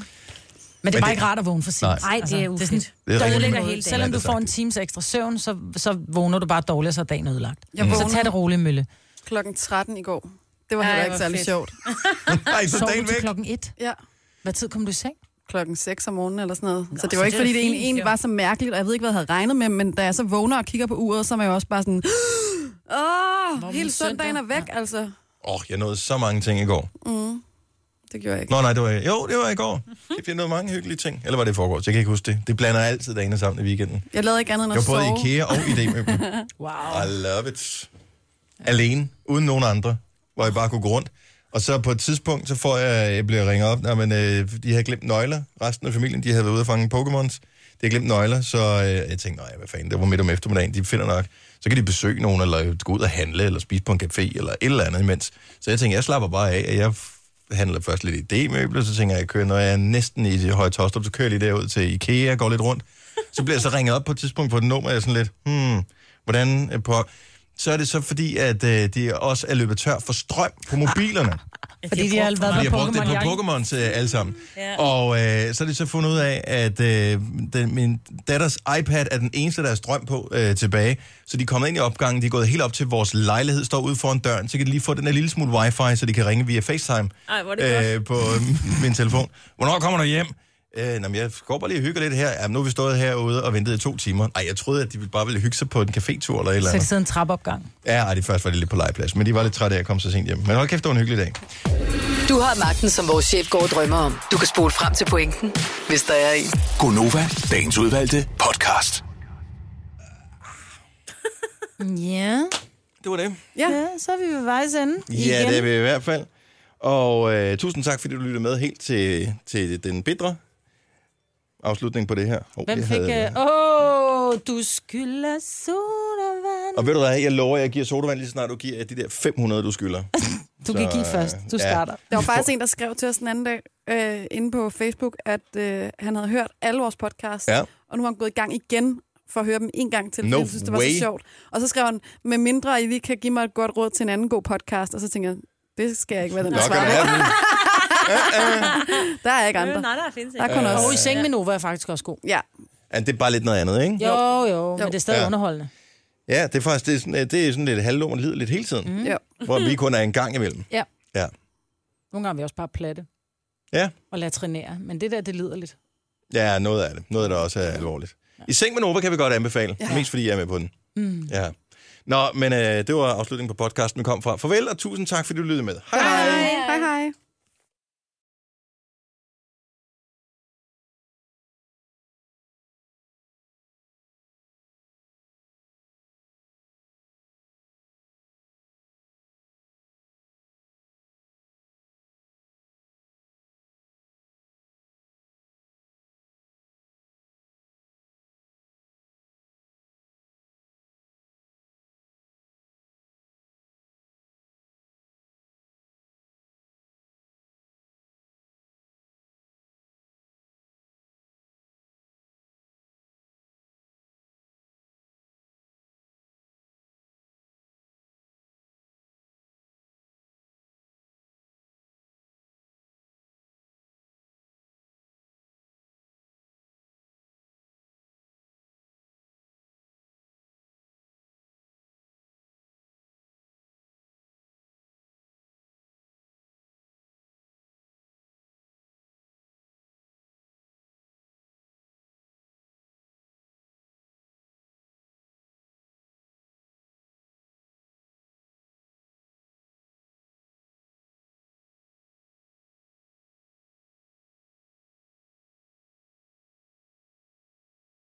Men bare det- ikke rart at vågne for sent. Nej. Ej, det er Altså, ufedt. Det er Det rigtig ødelægger meget. hele dagen. Selvom Ja, du det er får en sagt. times ekstra søvn, så, så vågner du bare dårligt, så er dagen ødelagt. Jeg Så tag vågnede det roligt, Mølle. klokken 13 i går. Det var Ej, heller ikke hvor særlig fedt. sjovt. Nej, så Sov dagen du til væk. klokken et. Ja. Hvad tid kom du i seng? klokken 6 om morgenen eller sådan noget. Nå, så det så var ikke, det er fordi det egentlig, fint, egentlig jo. var så mærkeligt, og jeg ved ikke, hvad jeg havde regnet med, men da jeg så vågner og kigger på uret, så er man jo også bare sådan, åh, min hele søndagen er søndag? væk, altså. Åh, oh, jeg nåede så mange ting i går. Det gjorde jeg ikke. Nå nej, det var, jo, det var i går. Jeg fik noget mange hyggelige ting. Eller var det i forgårs? Jeg kan ikke huske det. Det blander altid dagene sammen i weekenden. Jeg lavede ikke andet end Jeg at var både i sove. IKEA og i Demøbel. wow. I love it. Alene, uden nogen andre, hvor jeg bare kunne gå rundt. Og så på et tidspunkt, så får jeg, jeg bliver ringet op, når man, øh, de havde glemt nøgler. Resten af familien, de havde været ude og fange Pokémons. De havde glemt nøgler, så øh, jeg tænkte, nej, hvad fanden, det var midt om eftermiddagen, de finder nok. Så kan de besøge nogen, eller gå ud og handle, eller spise på en café, eller et eller andet imens. Så jeg tænkte, jeg slapper bare af, at jeg f- handler først lidt i D-møbler, så tænker jeg, jeg kører, når jeg er næsten i Høje Tostrup, så kører jeg lige derud til IKEA, går lidt rundt. Så bliver jeg så ringet op på et tidspunkt på et nummer, og jeg er sådan lidt, hmm, hvordan øh, på... Så er det så fordi, at øh, de også er løbet tør for strøm på mobilerne. Fordi de har været Vi med har brugt det på Pokémon. Pokémon øh, alle sammen. Og øh, så er det så fundet ud af, at øh, den, min datters iPad er den eneste, der er strøm på øh, tilbage. Så de er kommet ind i opgangen, de er gået helt op til vores lejlighed, står ude foran døren, så kan de lige få den der lille smule wifi, så de kan ringe via FaceTime Ej, hvor er det øh, på øh, min telefon. Hvornår kommer du hjem? Øh, nå, men jeg går bare lige og hygger lidt her. Jamen, nu har vi stået herude og ventet i to timer. Ej, jeg troede, at de bare ville hygge sig på en cafétur eller et eller Så det andet. sidder en trappeopgang. Ja, ej, de først var det lidt på legeplads, men de var lidt trætte af at komme så sent hjem. Men hold kæft, det var en hyggelig dag. Du har magten, som vores chef går og drømmer om. Du kan spole frem til pointen, hvis der er en. Gonova, dagens udvalgte podcast. Ja, Det var det. ja så er vi ved vejs ende Ja, igen. det er vi i hvert fald. Og øh, tusind tak, fordi du lyttede med helt til, til den bitre afslutning på det her. Oh, Hvem jeg fik... havde- øh, Åh, øh... oh, du skylder sodavand. Og ved du hvad, jeg lover, at jeg giver sodavand lige så snart du giver de der 500, du skylder. Du kan så, give først. Du ja. starter. Der var faktisk en, der skrev til os den anden dag øh, inde på Facebook, at øh, han havde hørt alle vores podcasts, Ja. og nu har han gået i gang igen for at høre dem en gang til, fordi No han synes, det var way. så sjovt. Og så skrev han, med mindre I lige kan give mig et godt råd til en anden god podcast, og så tænker jeg, det skal jeg ikke være den, der Nå, kan du svarer. have den? Der er ikke andre. Øh, Nej, der findes Der ikke. er Øh. kun Og i os. seng med Nova er faktisk også god. Ja. Ja, det er bare lidt noget andet, ikke? Jo, jo, jo. men det er stadig Ja. ja. underholdende. Ja, det er faktisk det er sådan, øh, det er sådan lidt halvlån lider lidt hele tiden. Mm. Jo. Hvor vi kun er en gang imellem. Ja. Ja. Nogle gange er vi også bare platte Ja. og latrinere. Men det der, det lider lidt. Ja, noget af det. Noget af det også er alvorligt. I seng med Nova kan vi godt anbefale. Ja. Mest fordi jeg er med på den. Mm. Ja. Nå, men øh, det var afslutningen på podcasten, vi kom fra. Farvel, og tusind tak, fordi du lyttede med. Hej hej. Hej, hej.